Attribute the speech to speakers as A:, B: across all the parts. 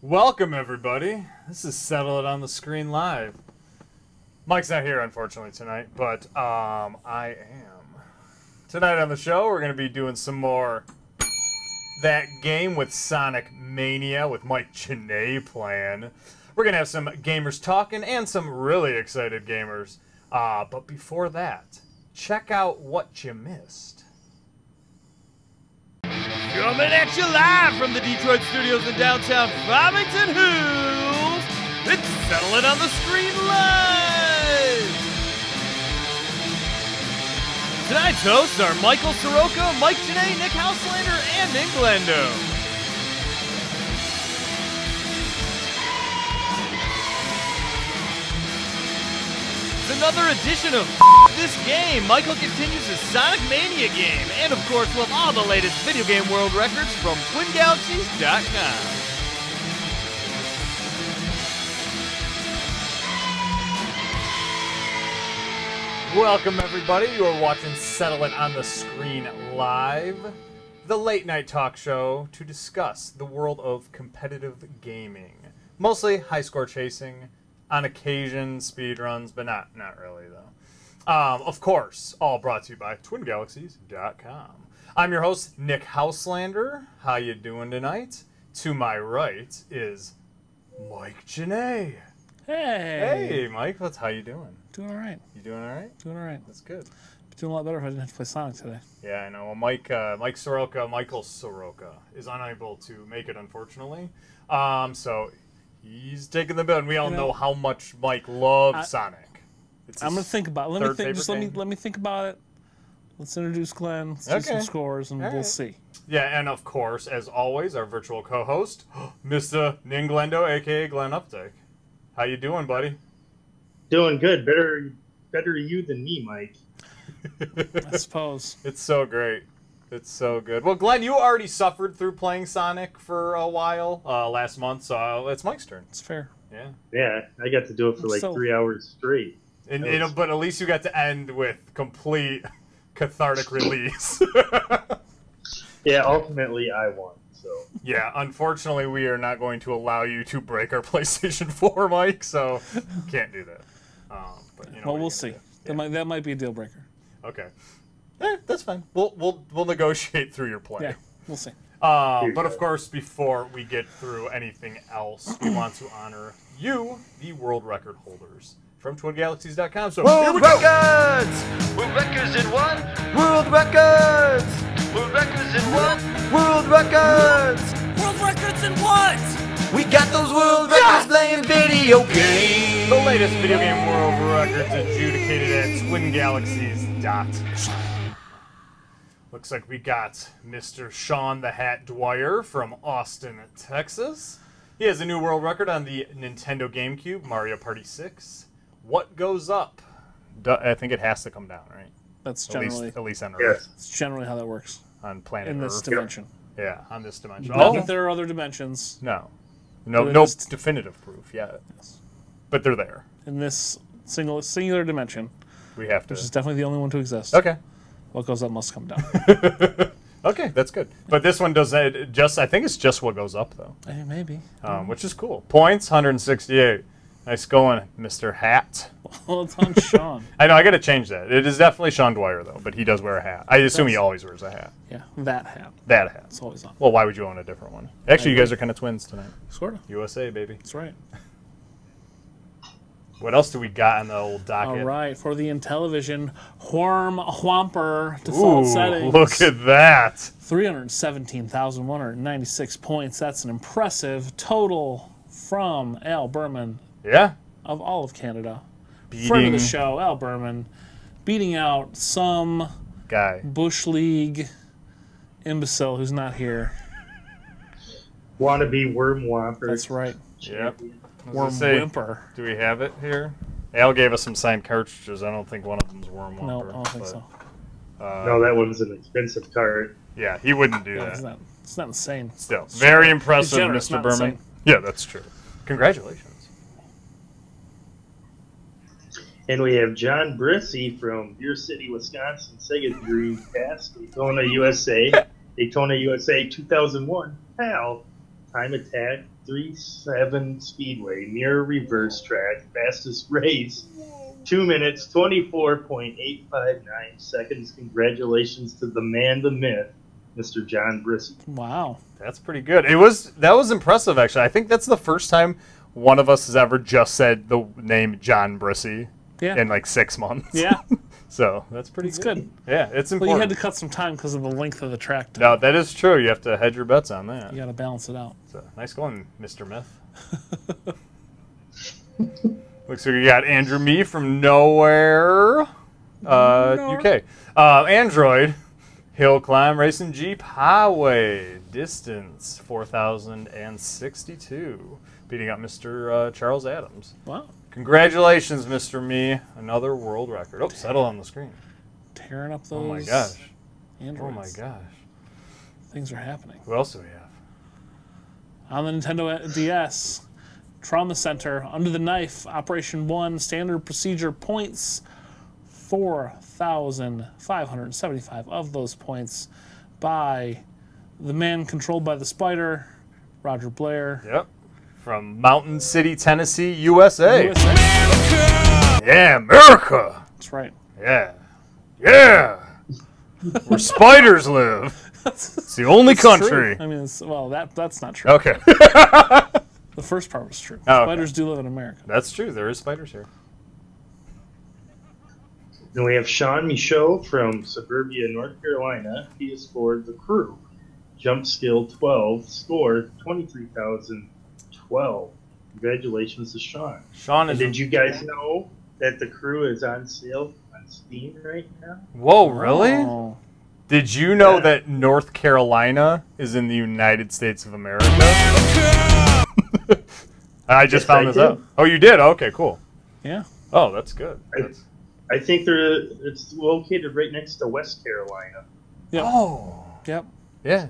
A: Welcome, everybody. This is Settle It on the Screen Live. Mike's not here, unfortunately, tonight, but um, I am. Tonight on the show, we're going to be doing some more that game with Sonic Mania with Mike Cheney playing. We're going to have some gamers talking and some really excited gamers. Uh, but before that, check out what you missed.
B: Coming at you live from the Detroit studios in downtown Farmington Hills, it's Settle It on the Screen Live! Tonight's hosts are Michael Soroka, Mike Janae, Nick Houselander, and Nick Glendo. It's another edition of This Game. Michael continues his Sonic Mania game, and of course, we'll have all the latest video game world records from TwinGalaxies.com.
A: Welcome, everybody. You are watching Settle It on the Screen Live, the late night talk show to discuss the world of competitive gaming. Mostly high score chasing, on occasion speed runs, but not, not really, though. Um, of course, all brought to you by twingalaxies.com. I'm your host, Nick Houselander. How you doing tonight? To my right is Mike Janae.
C: Hey.
A: Hey, Mike, what's how you doing?
C: Doing all right.
A: You doing all right?
C: Doing all right.
A: That's good.
C: Doing a lot better if I didn't have to play Sonic today.
A: Yeah, I know. Well, Mike, uh, Mike Soroka, Michael Soroka is unable to make it, unfortunately. Um, so he's taking the bill, and we all
C: You
A: know,
C: know,
A: how much Mike loves
C: I-
A: Sonic. It's
C: I'm
A: his-
C: gonna think about. It. Let me
A: third
C: think. Just let
A: favorite
C: me
A: game.
C: let me think about it. Let's introduce Glenn. Let's do
A: Okay.
C: some scores, and
A: All
C: we'll
A: right.
C: see.
A: Yeah, and of course, as always, our virtual co-host, Mr. Ninglendo, aka Glenn Updike. How you doing, buddy?
D: Doing good. Better better you than me, Mike.
C: I suppose.
A: It's so great. It's so good. Well, Glenn, you already suffered through playing Sonic for a while uh, last month, so uh, it's Mike's turn.
C: It's fair.
A: Yeah.
D: Yeah, I got to do it for like
C: So-
D: three hours straight.
A: And,
D: That
A: and-
D: was-
A: but at least you got to end with complete cathartic release.
D: Yeah, ultimately I won. So
A: yeah, unfortunately, we are not going to allow you to break our PlayStation 4, Mike. So can't do that. Um, but you know, what are you
C: well, we'll
A: gonna
C: see.
A: do?
C: That might that might be a deal breaker.
A: Okay, Eh, that's fine. We'll we'll we'll negotiate through your play.
C: Yeah, we'll see.
A: Uh,
D: Here you
A: but of
D: go.
A: course, before we get through anything else, we want to honor you, the world record holders from TwinGalaxies.com. So here we
B: World
A: go.
B: records! World records in one! World records! World records in what? World records! World records in what? We got those world records playing video games!
A: The latest video game world records adjudicated at TwinGalaxies.com. Looks like we got Mr. Sean the Hat Dwyer from Austin, Texas. He has a new world record on the Nintendo GameCube, Mario Party 6. What goes up? Du- I think it has to come down, right?
C: That's
A: At
C: generally
A: least, at least on Earth,
D: yes.
C: that's generally how that works
A: on planet
C: in this
A: Earth.
C: dimension.
A: yeah, on this dimension.
C: Not
A: Oh,
C: that there are other dimensions
A: no, no,
C: But it
A: no
C: is-
A: definitive proof yet, but they're there.
C: in this single singular dimension,
A: We have to.
C: which is definitely the only one to exist.
A: Okay.
C: What goes up must come down.
A: Okay, that's good. But this one does it just. I think it's just what goes up though,
C: Eh, maybe.
A: um, which is cool. Points 168. Nice going, Mr. Hat.
C: Well, it's on Sean.
A: I know I got to change that. It is definitely Sean Dwyer though, but he does wear a hat. I assume he
C: does.
A: always wears a hat.
C: Yeah, that hat.
A: That hat.
C: It's always on.
A: Well, why would you own a different one? Actually, you guys are kind of twins tonight.
C: Sort of.
A: USA baby.
C: That's right.
A: What else do we got in the old
C: All
A: docket?
C: right, for the Intellivision Whorm Whomper default
A: Ooh,
C: settings.
A: look at that.
C: 317,196 points. That's an impressive total from Al Berman
A: Yeah.
C: of all of Canada. Friend of
A: Beating
C: the show, Al Berman, beating out some
A: guy.
C: Bush League imbecile who's not here.
D: Wanna be worm whopper.
C: That's right.
A: Yep. I was gonna
C: Worm
A: say,
C: Whimper.
A: Do we have it here? Al gave us some signed cartridges. I don't think one of them's Worm
C: No,
A: Whopper,
C: I don't think
A: but-
C: so.
D: No, that one's an expensive card.
A: Yeah, he wouldn't do
C: It's
A: that.
C: not, it's not insane.
A: Still, very impressive,
C: generous,
A: Mr.
C: not
A: Berman.
C: insane.
A: Yeah, that's true. Congratulations.
D: And we have John Brissy from Deer City, Wisconsin, Sega Dreamcast, Daytona USA, Daytona USA two thousand one. Hell. Time attack, 37 Speedway, near reverse track, fastest race, 2 minutes, 24.859 seconds. Congratulations to the man, the myth, Mr. John Brissy.
C: Wow.
A: That's pretty good. It was that was impressive actually. I think that's the first time one of us has ever just said the name John Brissy
C: Yeah.
A: in like six months.
C: yeah.
A: So that's pretty
C: It's
A: good.
C: good.
A: Yeah, it's important.
C: Well, you had to cut some time because of the length of the track. Time.
A: no, that is true. You have to hedge your bets on that.
C: You got to balance it out.
A: So, nice going, Mr. Myth. Looks like we got Andrew Me from nowhere, uh, UK. Uh, Android, hill climb, racing Jeep, highway, distance 4,062. Beating up Mr. Uh, Charles Adams.
C: Wow.
A: Congratulations, Mr. Me. Another world record. Oh, settle on the screen.
C: Tearing up those.
A: Oh my gosh. Oh my
C: Androids.
A: gosh.
C: Things are happening.
A: Who else do we have?
C: on the Nintendo DS. Trauma Center, Under the Knife, Operation One, Standard Procedure points, four thousand five hundred seventy-five of those points by the man controlled by the spider, Roger Blair.
A: Yep. From Mountain City, Tennessee, USA.
C: USA.
A: Yeah, America.
C: That's right.
A: Yeah. Yeah. Where spiders live. It's the only country.
C: True. I mean, it's, well, that that's not true.
A: Okay.
C: The first part was true.
A: Oh, okay.
C: Spiders do live in America.
A: That's true. There is spiders here.
D: Then we have Sean Michaud from Suburbia, North Carolina. He has scored the crew. Jump skill 12, score 23,012. Congratulations to Sean.
A: Sean is.
D: And did you guys know that the crew is on sale on Steam right now?
A: Whoa, really?
C: Oh.
A: Did you know
D: Yeah.
A: that North Carolina is in the United States of America? I just
D: Yes,
A: found
D: I
A: this
D: did.
A: out. Oh, you did? Okay, cool.
C: Yeah.
A: Oh, that's good.
D: I-
A: That's-
D: I think they're it's located right next to West Carolina.
A: Oh.
C: Yep.
A: Yeah.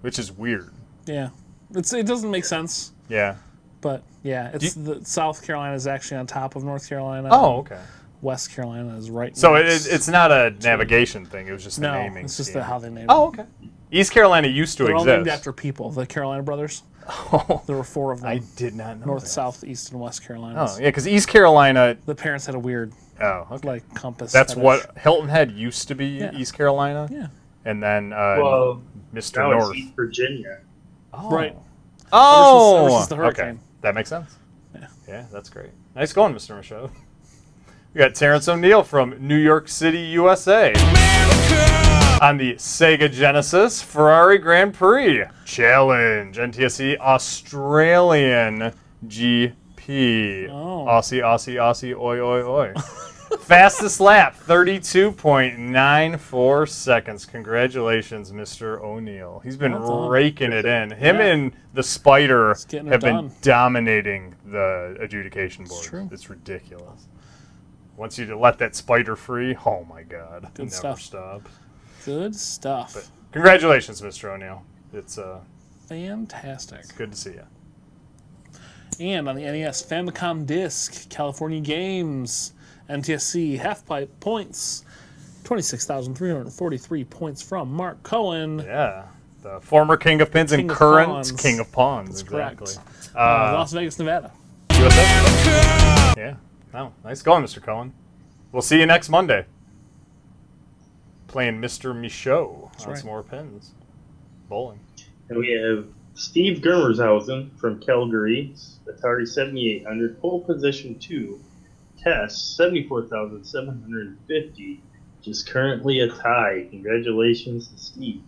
A: Which is weird.
C: Yeah. It's it doesn't make sense,
A: Yeah.
C: but yeah, it's the South Carolina is actually on top of North Carolina.
A: Oh, okay.
C: West Carolina is right.
A: So it,
C: next.
A: it, it's not a navigation thing. It was just the
C: no,
A: naming.
C: it's just
A: scheme.
C: the, how they named it.
A: Oh, okay. East Carolina used to
C: They're all named
A: exist.
C: after people. The Carolina brothers. There were four of them:
A: I did not know.
C: North,
A: that.
C: South, East, and West Carolina.
A: Oh, yeah, because East Carolina.
C: The parents had a weird
A: Oh, okay.
C: like compass.
A: That's
C: fetish.
A: what Hilton Head used to be,
C: Yeah.
A: East Carolina,
C: Yeah.
A: and then uh,
D: Well,
A: Mr.
D: now
A: North.
D: it's East Virginia.
A: Oh.
C: Right.
A: Oh,
C: Ever since- ever since the
A: okay.
C: hurricane.
A: That makes sense.
C: Yeah.
A: yeah, that's great. Nice going, Mr. Michaud. We got Terrence O'Neill from New York City, USA. On the Sega Genesis Ferrari Grand Prix Challenge, NTSC Australian GP.
C: Oh.
A: Aussie, Aussie, Aussie, oi, oi, oi. Fastest lap, 32.94 seconds. Congratulations, Mr. O'Neill. He's been
C: Well done.
A: raking it in. Him
C: Yeah.
A: and the Spider
C: getting it
A: have been
C: done.
A: dominating the adjudication board.
C: true.
A: It's ridiculous. Once you let that spider free, oh my god, it never
C: stuff.
A: stop.
C: Good stuff.
A: Congratulations, Mr. O'Neill. It's uh,
C: Fantastic.
A: good to see you.
C: And on the NES Famicom Disc, California Games, NTSC Half Pipe points, twenty-six thousand three hundred forty-three points from Mark Cohen. uh,
A: Yeah, the former king of pins
C: King
A: and
C: of
A: current
C: pawns.
A: king of pawns.
C: correct.
A: exactly.
C: Uh, Las Vegas, Nevada.
A: USA. Yeah. No, nice going, Mr. Cohen. We'll see you next Monday. Playing Mr. Michaud on
C: right.
A: some more pins. Bowling.
D: And we have Steve Germershausen from Calgary, Atari 7800, pole position 2, test 74,750, which is currently a tie. Congratulations to Steve.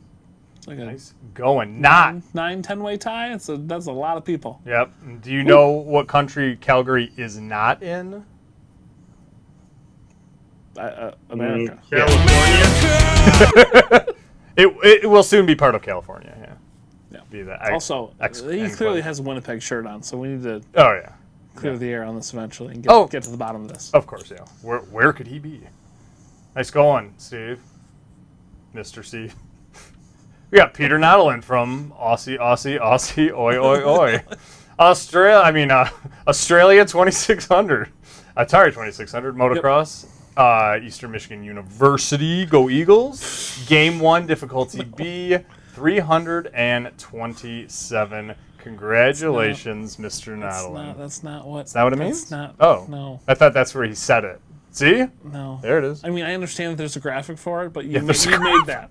C: It's like a
A: Nice going. Not.
C: nine ten way tie. It's a, that's a lot of people.
A: Yep. Do you know what country Calgary is not in?
C: Uh, uh, America.
A: Mm-hmm.
D: Mm, California.
A: It, it will soon be part of California. Yeah.
C: Yeah.
A: Be the ex-
C: Also,
A: ex-
C: he
A: enclave.
C: clearly has a Winnipeg shirt on, so we need to
A: Oh yeah.
C: clear the air on this eventually and get,
A: Oh.
C: get to the bottom of this.
A: Of course. Yeah. Where where could he be? Nice going, Steve. Mister Steve. We got Peter Nodelin from Aussie, Aussie, Aussie, oi, oi, oi. Australia, I mean, uh, Australia 2600, Atari 2600, motocross, uh, Eastern Michigan University. Go Eagles. Game one, difficulty B, 327. Congratulations, Mr.
C: That's
A: Nodelin.
C: not, that's not what.
A: Is that what it means?
C: That's not.
A: oh.
C: No.
A: I thought that's where he said it. See?
C: No.
A: There it is.
C: I mean, I understand that there's a graphic for it, but you,
A: Yeah,
C: ma-
A: there's a
C: you made that.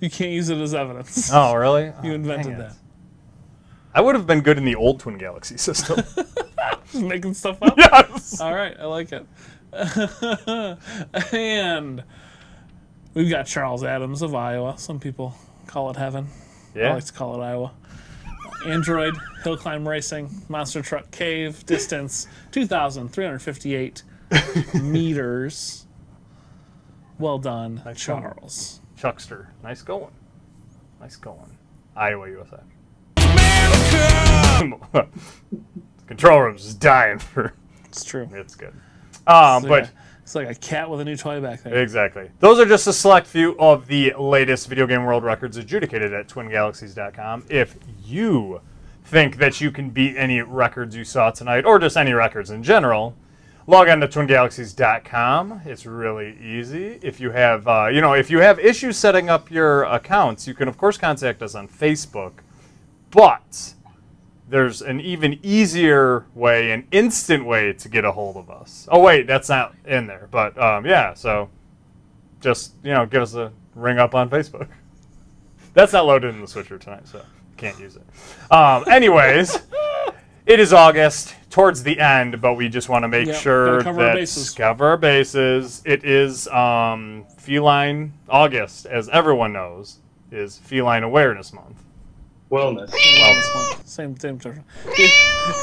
C: You can't use it as evidence.
A: Oh, really? Oh,
C: you invented
A: dang it.
C: that.
A: I would have been good in the old Twin Galaxy system.
C: Just making stuff up.
A: yes.
C: All right, I like it. and we've got Charles Adams of Iowa. Some people call it heaven. I
A: Yeah.
C: like to call it Iowa. Android, Hill Climb Racing, Monster Truck Cave, distance 2,358 meters. Well done,
A: one.
C: Charles.
A: Chuckster. Nice going. Nice going. Iowa, USA. America! Control room's just dying for.
C: It's true.
A: It's good. Um,
C: It's
A: but
C: like a- it's like a cat with a new toy back there.
A: Exactly. Those are just a select few of the latest video game world records adjudicated at twingalaxies.com. If you think that you can beat any records you saw tonight, or just any records in general, log on to twingalaxies.com. It's really easy. If you have, uh, you know, if you have issues setting up your accounts, you can of course contact us on Facebook. But there's an even easier way, an instant way to get a hold of us. Oh wait, that's not in there. But um, yeah, so just you know, give us a ring up on Facebook. That's not loaded in the switcher tonight, so can't use it. Um, anyways, it is August towards the end, but we just want to make
C: Yep,
A: sure
C: gotta cover our
A: that
C: bases.
A: cover our bases. It is um, feline August, as everyone knows, is feline awareness month.
D: Wellness.
C: This one. Same, same term.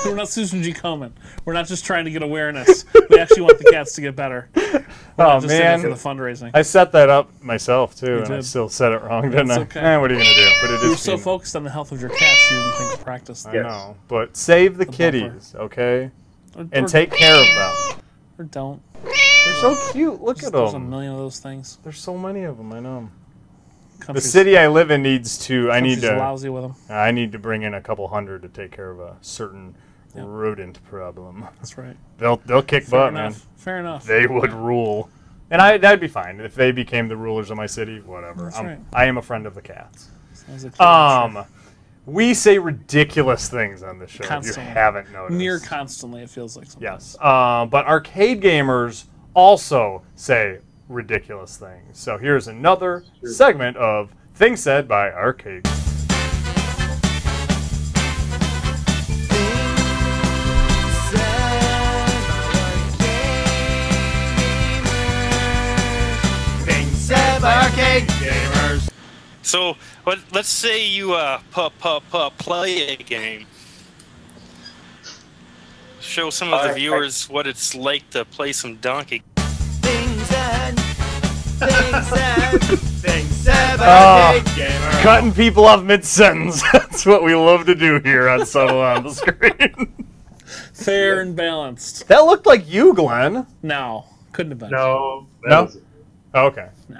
C: We're not Susan G. Komen. We're not just trying to get awareness. We actually want the cats to get better. We're
A: Oh
C: just in it
A: man,
C: for the fundraising.
A: I set that up myself too, and I
C: did.
A: still said it wrong, didn't
C: That's
A: I?
C: okay.
A: Eh, what are you gonna do? But it
C: you were
A: is
C: so
A: female.
C: focused on the health of your cats, you didn't think to practice.
A: I
C: that.
A: know, but save the,
C: bumper.
A: kitties, okay,
C: Or,
A: and
C: or-
A: take care of them.
C: or don't.
A: They're so cute. Look at
C: There's a
A: them.
C: million of those things.
A: There's so many of them. I know. 'em. The
C: Countries,
A: city I live in needs to. I need
C: countries are
A: to.
C: lousy with them.
A: I need to bring in a couple hundred to take care of a certain rodent problem.
C: That's right.
A: They'll they'll kick
C: Fair
A: butt, man.
C: enough. Fair enough.
A: They would rule, and I that'd be fine if they became the rulers of my city. Whatever.
C: That's
A: I'm-
C: right.
A: I am a friend of the cats.
C: Sounds like
A: Um, we say ridiculous things on the show. If
C: Constantly.
A: you haven't noticed,
C: near constantly. It feels like. sometimes.
A: yes. Uh, but arcade gamers also say ridiculous things. So here's another segment of things said by arcade.
E: So let, let's say you uh, pu- pu- pu- play a game. Show some of the viewers what it's like to play some Donkey.
A: Oh, cutting people off mid sentence. That's what we love to do here on Subtle on the Screen.
C: Fair and balanced.
A: that looked like you, Glenn.
C: No, couldn't have been.
D: No. Oh, that
A: No?
D: was it.
A: Okay.
C: No.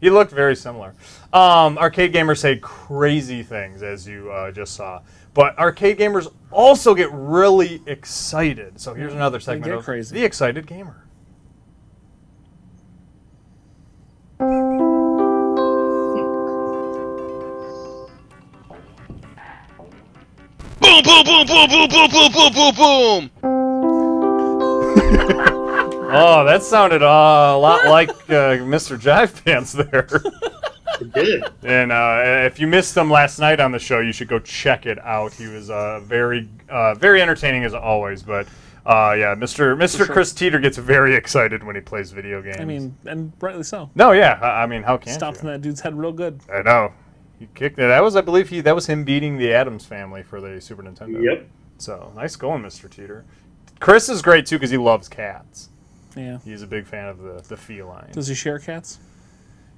A: He looked very similar. Um, arcade gamers say crazy things, as you uh, just saw. But arcade gamers also get really excited. So here's another segment
C: get
A: of
C: crazy.
A: the excited gamer.
B: Boom, boom, boom, boom, boom, boom, boom, boom, boom, boom.
A: Oh, that sounded uh, a lot like uh, Mr. Jive Pants there.
D: It did.
A: and uh, if you missed him last night on the show, you should go check it out. He was uh, very, uh, very entertaining as always. But uh, yeah, Mr. Mr. Chris Teeter gets very excited when he plays video games.
C: I mean, and rightly so.
A: no, yeah. I I mean, how can you?
C: Stomping that dude's head real good.
A: I know. He kicked it. That was, I believe, he that was him beating the Adams family for the Super Nintendo.
D: Yep.
A: So nice going, Mr. Teeter. Chris is great too because he loves cats.
C: Yeah.
A: He's a big fan of the the feline.
C: Does he share cats?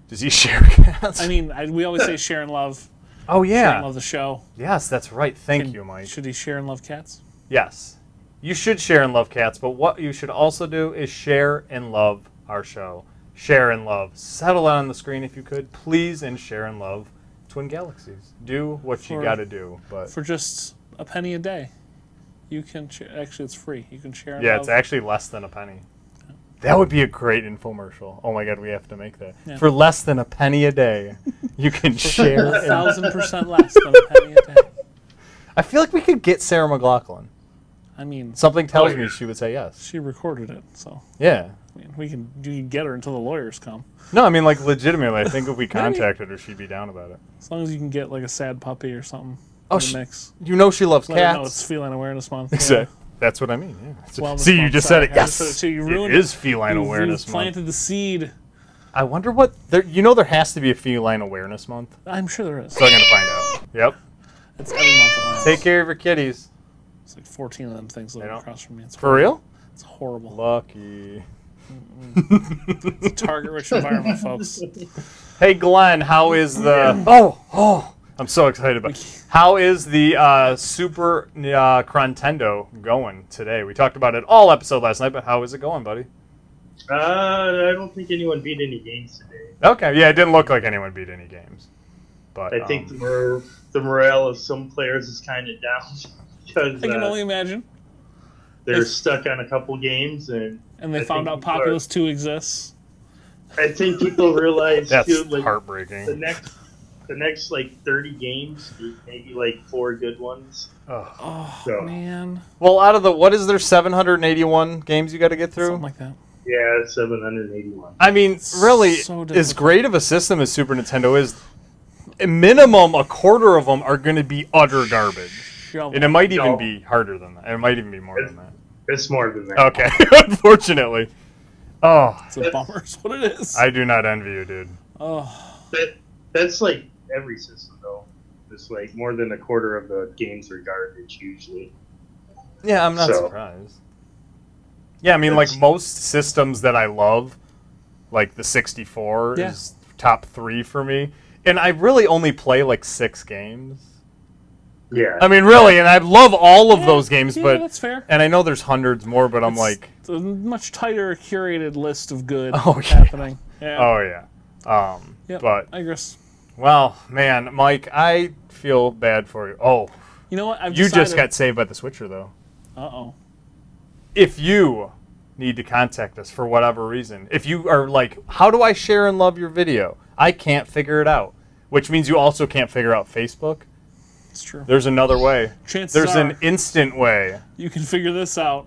A: Does he share cats?
C: I mean, I, we always say share and love.
A: oh
C: Share and
A: yeah.
C: love the show.
A: Yes, that's right. Thank you, Mike.
C: Should he share and love cats?
A: Yes, you should share and love cats. But what you should also do is share and love our show. Share and love. Settle out on the screen if you could, please, and share and love Twin Galaxies. Do what you
C: For-
A: got to do. But
C: For just a penny a day, you can share. Actually, it's free. You can share. And
A: yeah,
C: love
A: it's actually less than a penny. That would be a great infomercial. Oh my god, we have to make that. For less than a penny a day, you can share.
C: A
A: and-
C: thousand percent less than a penny a day.
A: I feel like we could get Sarah McLaughlin.
C: I mean,
A: Something tells
D: Oh,
A: me
D: yeah.
A: she would say yes.
C: she recorded it, so
A: Yeah.
C: I mean, we can you can get her until the lawyers come.
A: No, I mean like legitimately. I think if we contacted her, she'd be down about it.
C: As long as you can get like a sad puppy or something.
A: Oh,
C: in the
A: sh-
C: mix.
A: You know she loves
C: Let her know it's
A: cats.
C: feline awareness month.
A: Exact- That's what I mean. Yeah.
C: Wellness
A: See, you
C: month,
A: just
C: sorry,
A: said it.
C: I just
A: Yes,
C: said it too. You ruined
A: it is feline
C: You-
A: awareness
C: you
A: month.
C: planted the seed.
A: I wonder what there. You know there has to be a feline awareness month.
C: I'm sure there is.
A: So I'm gonna find out. Yep.
C: It's every month. at my house.
A: Take care of your kitties.
C: It's like 14 of them things living
A: don't-
C: across from me. It's,
A: For real?
C: it's horrible.
A: Lucky.
C: Target-rich environment, folks.
A: Hey Glenn, how is the? Oh, oh! I'm so excited about. It. How is the uh, Super uh, Crontendo going today? We talked about it all episode last night, but how is it going, buddy?
D: Uh, I don't think anyone beat any games today.
A: Okay, yeah, it didn't look like anyone beat any games, but
D: I think the,
A: um,
D: mor- the morale of some players is kind of down because
C: I can
D: uh,
C: only imagine.
D: they're stuck on a couple games, and
C: And they
D: I
C: found
D: think
C: out
D: people are-
C: Populous 2 exists.
D: I think people realize
A: that's
D: too, like
A: heartbreaking.
D: the next, the next like thirty games, there's maybe like four good ones.
A: Ugh.
C: Oh,
D: So-
C: man.
A: Well, out of the what is there 781 games you got to get through?
C: Something like that.
D: Yeah, seven hundred eighty-one.
A: I mean, really,
C: so
A: as
C: difficult.
A: great of a system as Super Nintendo is, a minimum a quarter of them are going to be utter garbage,
C: Shovel.
A: and it might even
D: No.
A: be harder than that. It might even be more than that.
D: It's more than that.
A: Okay, unfortunately. Oh,
C: It's a bummer. Is what it is.
A: I do not envy you, dude.
C: oh,
D: That, that's like every system though. It's like more than a quarter of the games are garbage usually.
A: Yeah, I'm not
D: So-
A: surprised. Yeah, I mean, like
D: That's-
A: most systems that I love, like the 64
C: Yeah.
A: is top three for me, and I really only play like six games.
D: Yeah.
A: I mean, really, and I love all of
C: Yeah,
A: those games,
C: yeah,
A: but
C: that's fair.
A: and I know there's hundreds more, but I'm like,
C: It's a much tighter curated list of good
A: Oh, yeah.
C: happening. Yeah.
A: oh yeah. Um,
C: Yep,
A: but
C: I guess.
A: well, man, Mike, I feel bad for you. Oh,
C: You know what? I've
A: you just
C: decided-
A: got saved by the Switcher, though.
C: Uh-oh.
A: if you need to contact us for whatever reason, if you are like, how do I share and love your video? I can't figure it out, which means you also can't figure out Facebook.
C: It's true.
A: There's another way.
C: Chances
A: There's
C: are
A: an instant way
C: you can figure this out.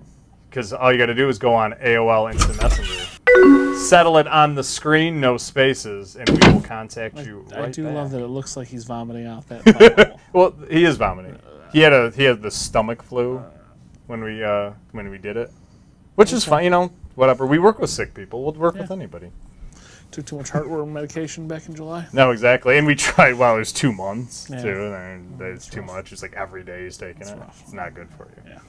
A: because all you got to do is go on AOL Instant Messenger, settle it on the screen, no spaces, and we will contact you.
C: I
A: right
C: do
A: back.
C: love that it looks like he's vomiting out that. bubble.
A: Well, he is vomiting. He had a he had the stomach flu when we uh, when we did it, which is fine. You know, whatever. We work with sick people. We'll work with anybody.
C: Took too much heartworm medication back in July.
A: No, exactly. And we tried while it was two months
C: Yeah.
A: too, and it's too
C: rough.
A: much. It's like every day he's taking it.
C: rough.
A: It's not good for you.
C: Yeah.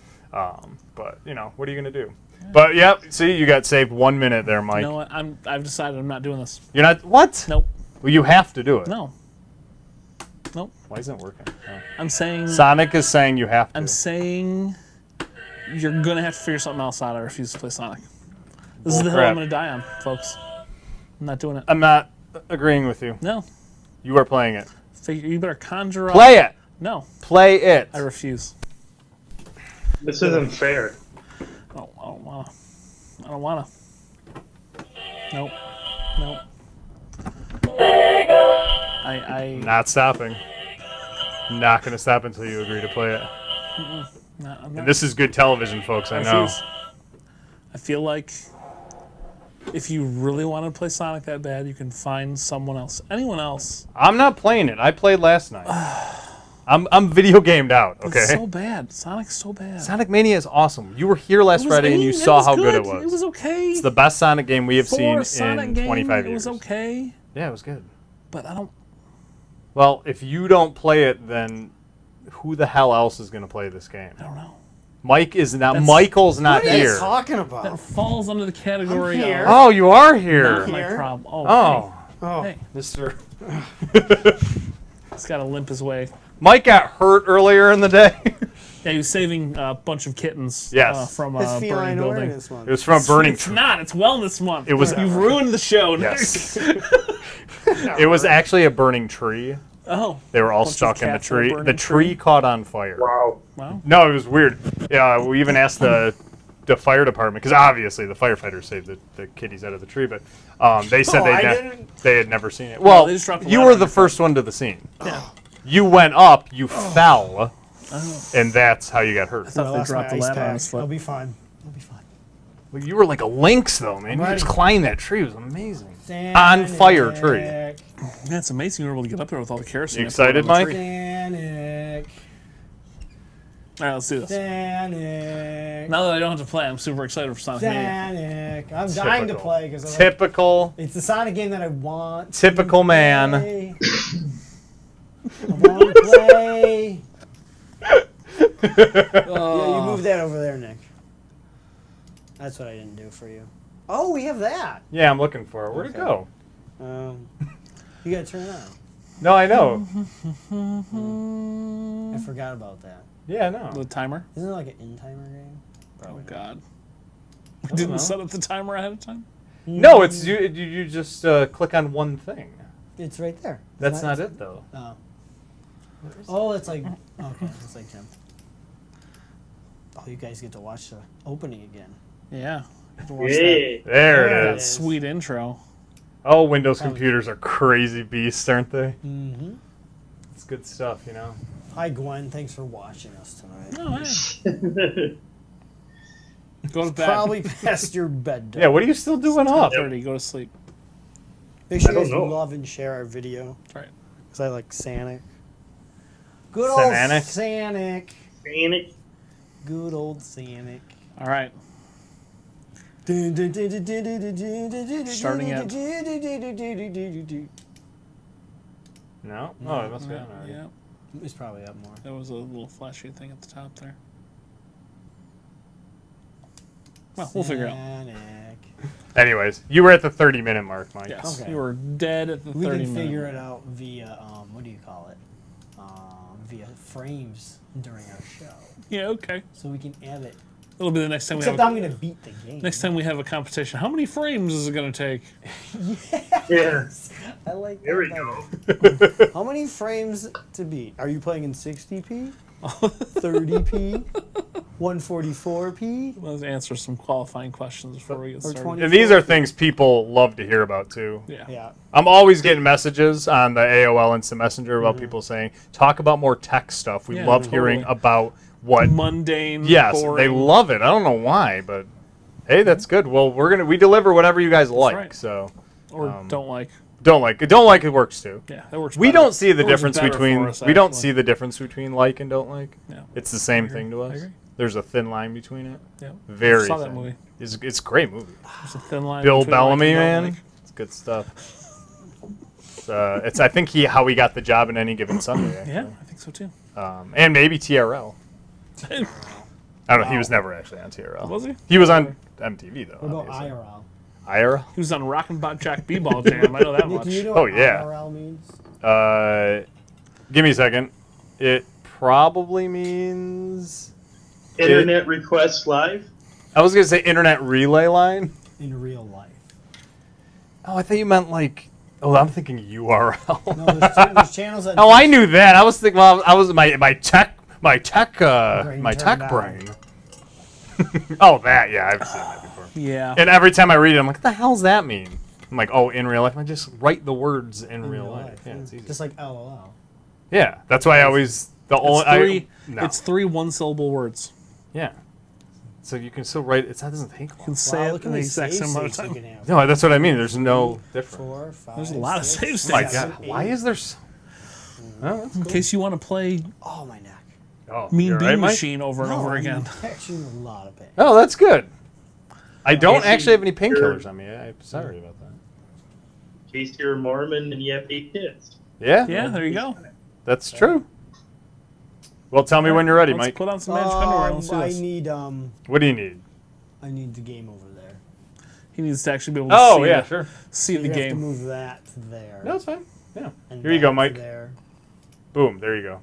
A: Um, but you know, what are you gonna do? But yep, see, you got saved one minute there, Mike.
C: You know what? I'm. I've decided I'm not doing this.
A: You're not what?
C: Nope.
A: Well, you have to do it.
C: No. Nope.
A: Why isn't it working? Oh.
C: I'm saying.
A: Sonic is saying you have to.
C: I'm saying. You're gonna have to figure something else out. I refuse to play Sonic. This is the hill
A: Bullcrap.
C: I'm gonna die on, folks. I'm not doing it.
A: I'm not agreeing with you.
C: No.
A: You are playing it.
C: Figure. You better conjure up.
A: Play it.
C: No.
A: Play it.
C: I refuse.
D: this isn't fair.
C: I don't, Oh, I don't wanna. I don't wanna. Nope. Nope. I. I
A: Not stopping. Not gonna stop until you agree to play it.
C: not, I'm not
A: And this is good television, folks. I
C: I
A: know.
C: feel- I feel like if you really want to play Sonic that bad, you can find someone else, anyone else.
A: I'm not playing it. I played last night. I'm I'm video gamed out. Okay.
C: It's so bad. Sonic's so bad.
A: Sonic Mania is awesome. You were here last
C: It was-
A: Friday and
C: I
A: you
C: mean, it
A: saw
C: was
A: how good, it was.
C: It was okay.
A: It's the best Sonic game we have
C: For
A: seen
C: a Sonic
A: in
C: game,
A: 25 years.
C: It was okay,
A: Yeah, it was good.
C: but I don't.
A: Well, if you don't play it, then who the hell else is going to play this game?
C: I don't know.
A: Mike is not.
C: That's-
A: Michael's not
B: What are you
A: here.
B: talking about?
C: That falls under the category
B: here.
C: of
A: Oh, you are
C: not
A: here.
B: Not
C: my
B: here.
C: problem. Oh,
A: Oh,
B: Oh,
C: hey, hey,
A: Mister.
C: he's got to limp his way.
A: Mike got hurt earlier in the day.
C: Yeah, he was saving a bunch of kittens.
A: Yes.
C: uh, from
B: it's
C: a burning
B: feline
C: building.
B: awareness month.
A: it was from a burning.
C: It's not. It's wellness month.
A: It was-
C: You've ruined the show.
A: Yes. it was actually a burning tree.
C: oh.
A: They were all
C: Bunch of
A: stuck in the
C: cats in a
A: tree.
C: burning
A: The tree
C: tree.
A: caught on fire.
D: Wow.
C: Wow.
A: No, it was weird. Yeah, we even asked the the fire department because obviously the firefighters saved the, the kitties out of the tree, but um, they said
C: Oh,
A: they
C: I
A: ne-
C: didn't-
A: they had never seen it. Well,
C: they just dropped a
A: you
C: ladder
A: were
C: on
A: the
C: your
A: first one to the scene. You went up,
C: Oh.
A: you fell, and that's how you got hurt.
C: thought
F: I
C: they
F: lost my
C: dropped the
F: ice
C: ladder on
F: pack.
C: his
F: I'll
C: foot.
F: be fine. I'll be fine.
A: Well, you were like a lynx, though, man. You
F: Right.
A: just climbed that tree. It was amazing. On fire tree.
F: Danik,
C: Yeah, it's amazing you were able to get up there with all the kerosene.
A: You excited,
C: that poured on the
A: Mike?
C: tree.
F: Danik.
C: All right, let's do this.
F: Danik.
C: Now that I don't have to play, I'm super excited for Sonic Mania.
F: Danik. I'm dying to
A: Typical.
F: play because like,
A: Typical,
F: it's the Sonic game that I want. to
A: typical man.
F: play. I want to play.
C: Oh.
F: Yeah, you
A: Uh,
F: move that over there, Nick. That's what I didn't do for you. Oh, we have that.
A: Yeah, I'm looking for it. Where'd it
F: Okay.
A: go?
F: Um, you gotta turn it on.
A: No, I know.
F: I forgot about that.
A: Yeah, I know.
C: The timer.
F: Isn't it like an end timer game?
C: Oh God. We didn't
A: know.
C: set up the timer ahead of time.
A: No, it's you. You you just uh, click on one thing.
F: Mm-hmm. It's right there. It's
A: That's not it, though.
F: Oh. Oh, it's like okay, it's like Jim. Oh, you guys get to watch the opening again.
C: Yeah. Have to watch that.
D: Yeah.
A: There it
C: That
A: is.
C: sweet intro.
A: Oh, Windows computers are crazy beasts, aren't they?
F: Mm-hmm.
A: It's good stuff, you know.
F: Hi, Gwen. Thanks for watching us tonight.
C: Oh, hey. Go to bed.
F: Probably past your bedtime.
A: Yeah, what are you still doing up?
C: 30. Go to sleep.
F: Make sure
D: I
F: you
D: don't
F: guys
D: know.
F: love and share our video
C: All right.
F: because I like Sanic. Good old
A: Sanic?
F: Sanic.
D: Sanic.
F: Good old Sanic.
C: All right.
F: Starting
C: at-
F: It's
A: No. Oh, it must be
C: Yeah,
A: on already.
C: yeah.
F: probably up more.
C: There was a little flashy thing at the top there. Well, we'll figure it out.
F: Sanic.
A: Anyways, you were at the 30 minute mark, Mike.
C: Yes.
F: Okay.
C: You were dead at the
F: We
C: 30
F: can
C: minute
F: figure
C: mark.
F: it out via um, what do you call it? Um, via frames during our show,
C: Yeah, okay.
F: so we can add it.
C: It'll be the next time
F: Except
C: we have
F: I'm
C: a,
F: gonna beat the game.
C: next time we have a competition. How many frames is it going to take?
D: Yeah.
F: I like.
D: There we
F: that better.
D: go.
F: How many frames to beat? Are you playing in 60p, 30p, 144p?
C: Let's answer some qualifying questions before we get
F: Or
C: started.
F: 20.
A: And these are things people love to hear about too.
C: Yeah.
F: Yeah.
A: I'm always getting messages on the AOL Instant Messenger about people saying, "Talk about more tech stuff. We
C: Yeah,
A: love
C: totally.
A: hearing about what."
C: Mundane.
A: yes,
C: boring.
A: they love it. I don't know why, but hey, that's good. Well, we're gonna we deliver whatever you guys like.
C: right.
A: So
C: Or don't like.
A: don't like don't like it works too.
C: Yeah, that works.
A: um, We
C: better.
A: don't see the
C: That works
A: difference
C: better
A: between
C: for us,
A: we don't
C: actually.
A: see the difference between like and don't like.
C: Yeah.
A: It's the same
C: agree.
A: thing to
C: I
A: us.
C: agree.
A: There's a thin line between it.
C: Yeah.
A: Very
C: Saw that
A: thin.
C: movie.
A: It's, it's a great movie.
C: There's a thin line.
A: Bill
C: between like and
A: Bellamy,
C: don't
A: man.
C: like.
A: It's good stuff. It's, uh, it's I think he how he got the job in any given Sunday, actually.
C: Yeah, I think so too.
A: Um, and maybe TRL. I don't know. He was never actually on TRL.
C: Was he?
A: He was on MTV though.
F: What about
A: obviously.
F: IRL?
A: IRL?
C: He was on Rockin' Bob Jack B-Ball Jam. I know that
F: Nick,
C: much.
F: do you know
A: Oh,
F: what
A: yeah.
F: IRL means?
A: Uh, give me a second. It probably means
D: Internet request live.
A: I was gonna say internet relay line.
F: In real life.
A: Oh, I thought you meant like. Oh, I'm thinking URL.
F: No, there's, cha- there's channels that.
A: oh, I knew that. I was thinking. Well, I was my my tech my tech uh,
F: Brain
A: my tech
F: turned on.
A: brain. oh, that yeah, I've seen that before.
C: Yeah.
A: And every time I read it, I'm like, what the hell's that mean? I'm like, oh, in real life. I just write the words in,
F: in
A: real life. Yeah, it's easy.
F: Just like LOL.
A: yeah, that's why I always the only
C: it's three.
A: I, no.
C: It's three one-syllable words.
A: yeah. So you can still write. It's, that doesn't take
C: You can
A: long.
C: say
F: wow,
C: it
F: look
C: in
F: at
C: the
F: the
C: exact
F: save
C: same amount of
F: states you
C: time.
F: can have.
A: No, that's what I mean. There's no difference.
F: Four, five,
C: There's a lot of
F: six,
C: save
A: Oh my
C: states.
A: God, why is there? So- oh, that's
C: In case you want to play
F: Oh my neck. Oh,
A: Oh,
C: Mean
A: you're
C: Bean
A: right, Mike?
C: Machine over and
F: No,
C: over
F: I'm
C: again.
F: catching a lot of pain.
A: Oh, that's good. I don't
D: Casey,
A: actually Mm. have any
D: you're-
A: painkillers on me. I'm sorry about that.
D: In case you're a Mormon and you have eight kids.
A: Yeah,
C: Yeah, there you go.
A: that's true. Well, tell me when you're ready,
C: Let's
A: Mike.
C: Put on some magic underwear. and Let's
F: Um,
C: do
F: I
C: this.
F: need um,
A: What do you need?
F: I need the game over there.
C: He needs to actually be able to
A: Oh,
C: see,
A: yeah,
C: the,
A: sure.
C: see the
F: You have to
C: game.
F: move that to there.
A: No, it's fine. Yeah.
F: and
A: Here you go,
F: that to
A: Mike.
F: There.
A: Boom. There you go.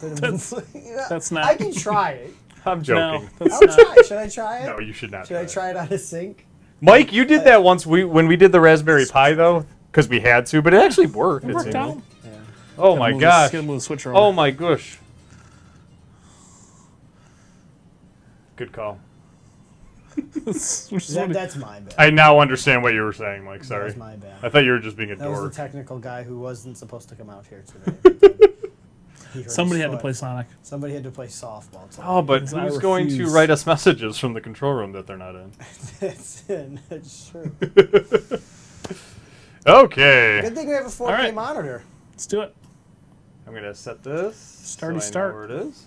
F: That's,
C: that's not-
F: I can try it.
A: I'm
C: No,
A: joking.
C: that's
F: I'll
C: not.
F: try. it. Should I try it?
A: No, you should not.
F: Should I try it out of sync?
A: Mike, you did that once. We when we did the Raspberry Pi though, because we had to, but it actually worked.
C: It
A: it
C: worked
A: seemed
C: out.
A: like. Oh
C: Gotta
A: my
C: move the-
A: gosh.
C: gotta move the switcher
A: Oh
C: over.
A: my gosh. Good call.
C: It's- which is
F: That,
C: funny.
F: that's my bad.
A: I now understand what you were saying, Mike.
F: That
A: Sorry.
F: was my bad.
A: I thought you were just being a
F: That was the
A: dork.
F: technical guy who wasn't supposed to come out here today. He hurt
C: Somebody
F: his
C: had to
F: foot.
C: play Sonic.
F: Somebody had to play softball. Today.
A: Oh, but
C: I
A: who's going to
C: refuse.
A: write us messages from the control room that they're not in?
F: that's, that's true.
A: Okay.
F: Good thing we have a 4K
C: right.
F: monitor.
C: Let's do it.
A: I'm gonna set this. Start
C: Starty
A: so I
C: start.
A: Know where it is.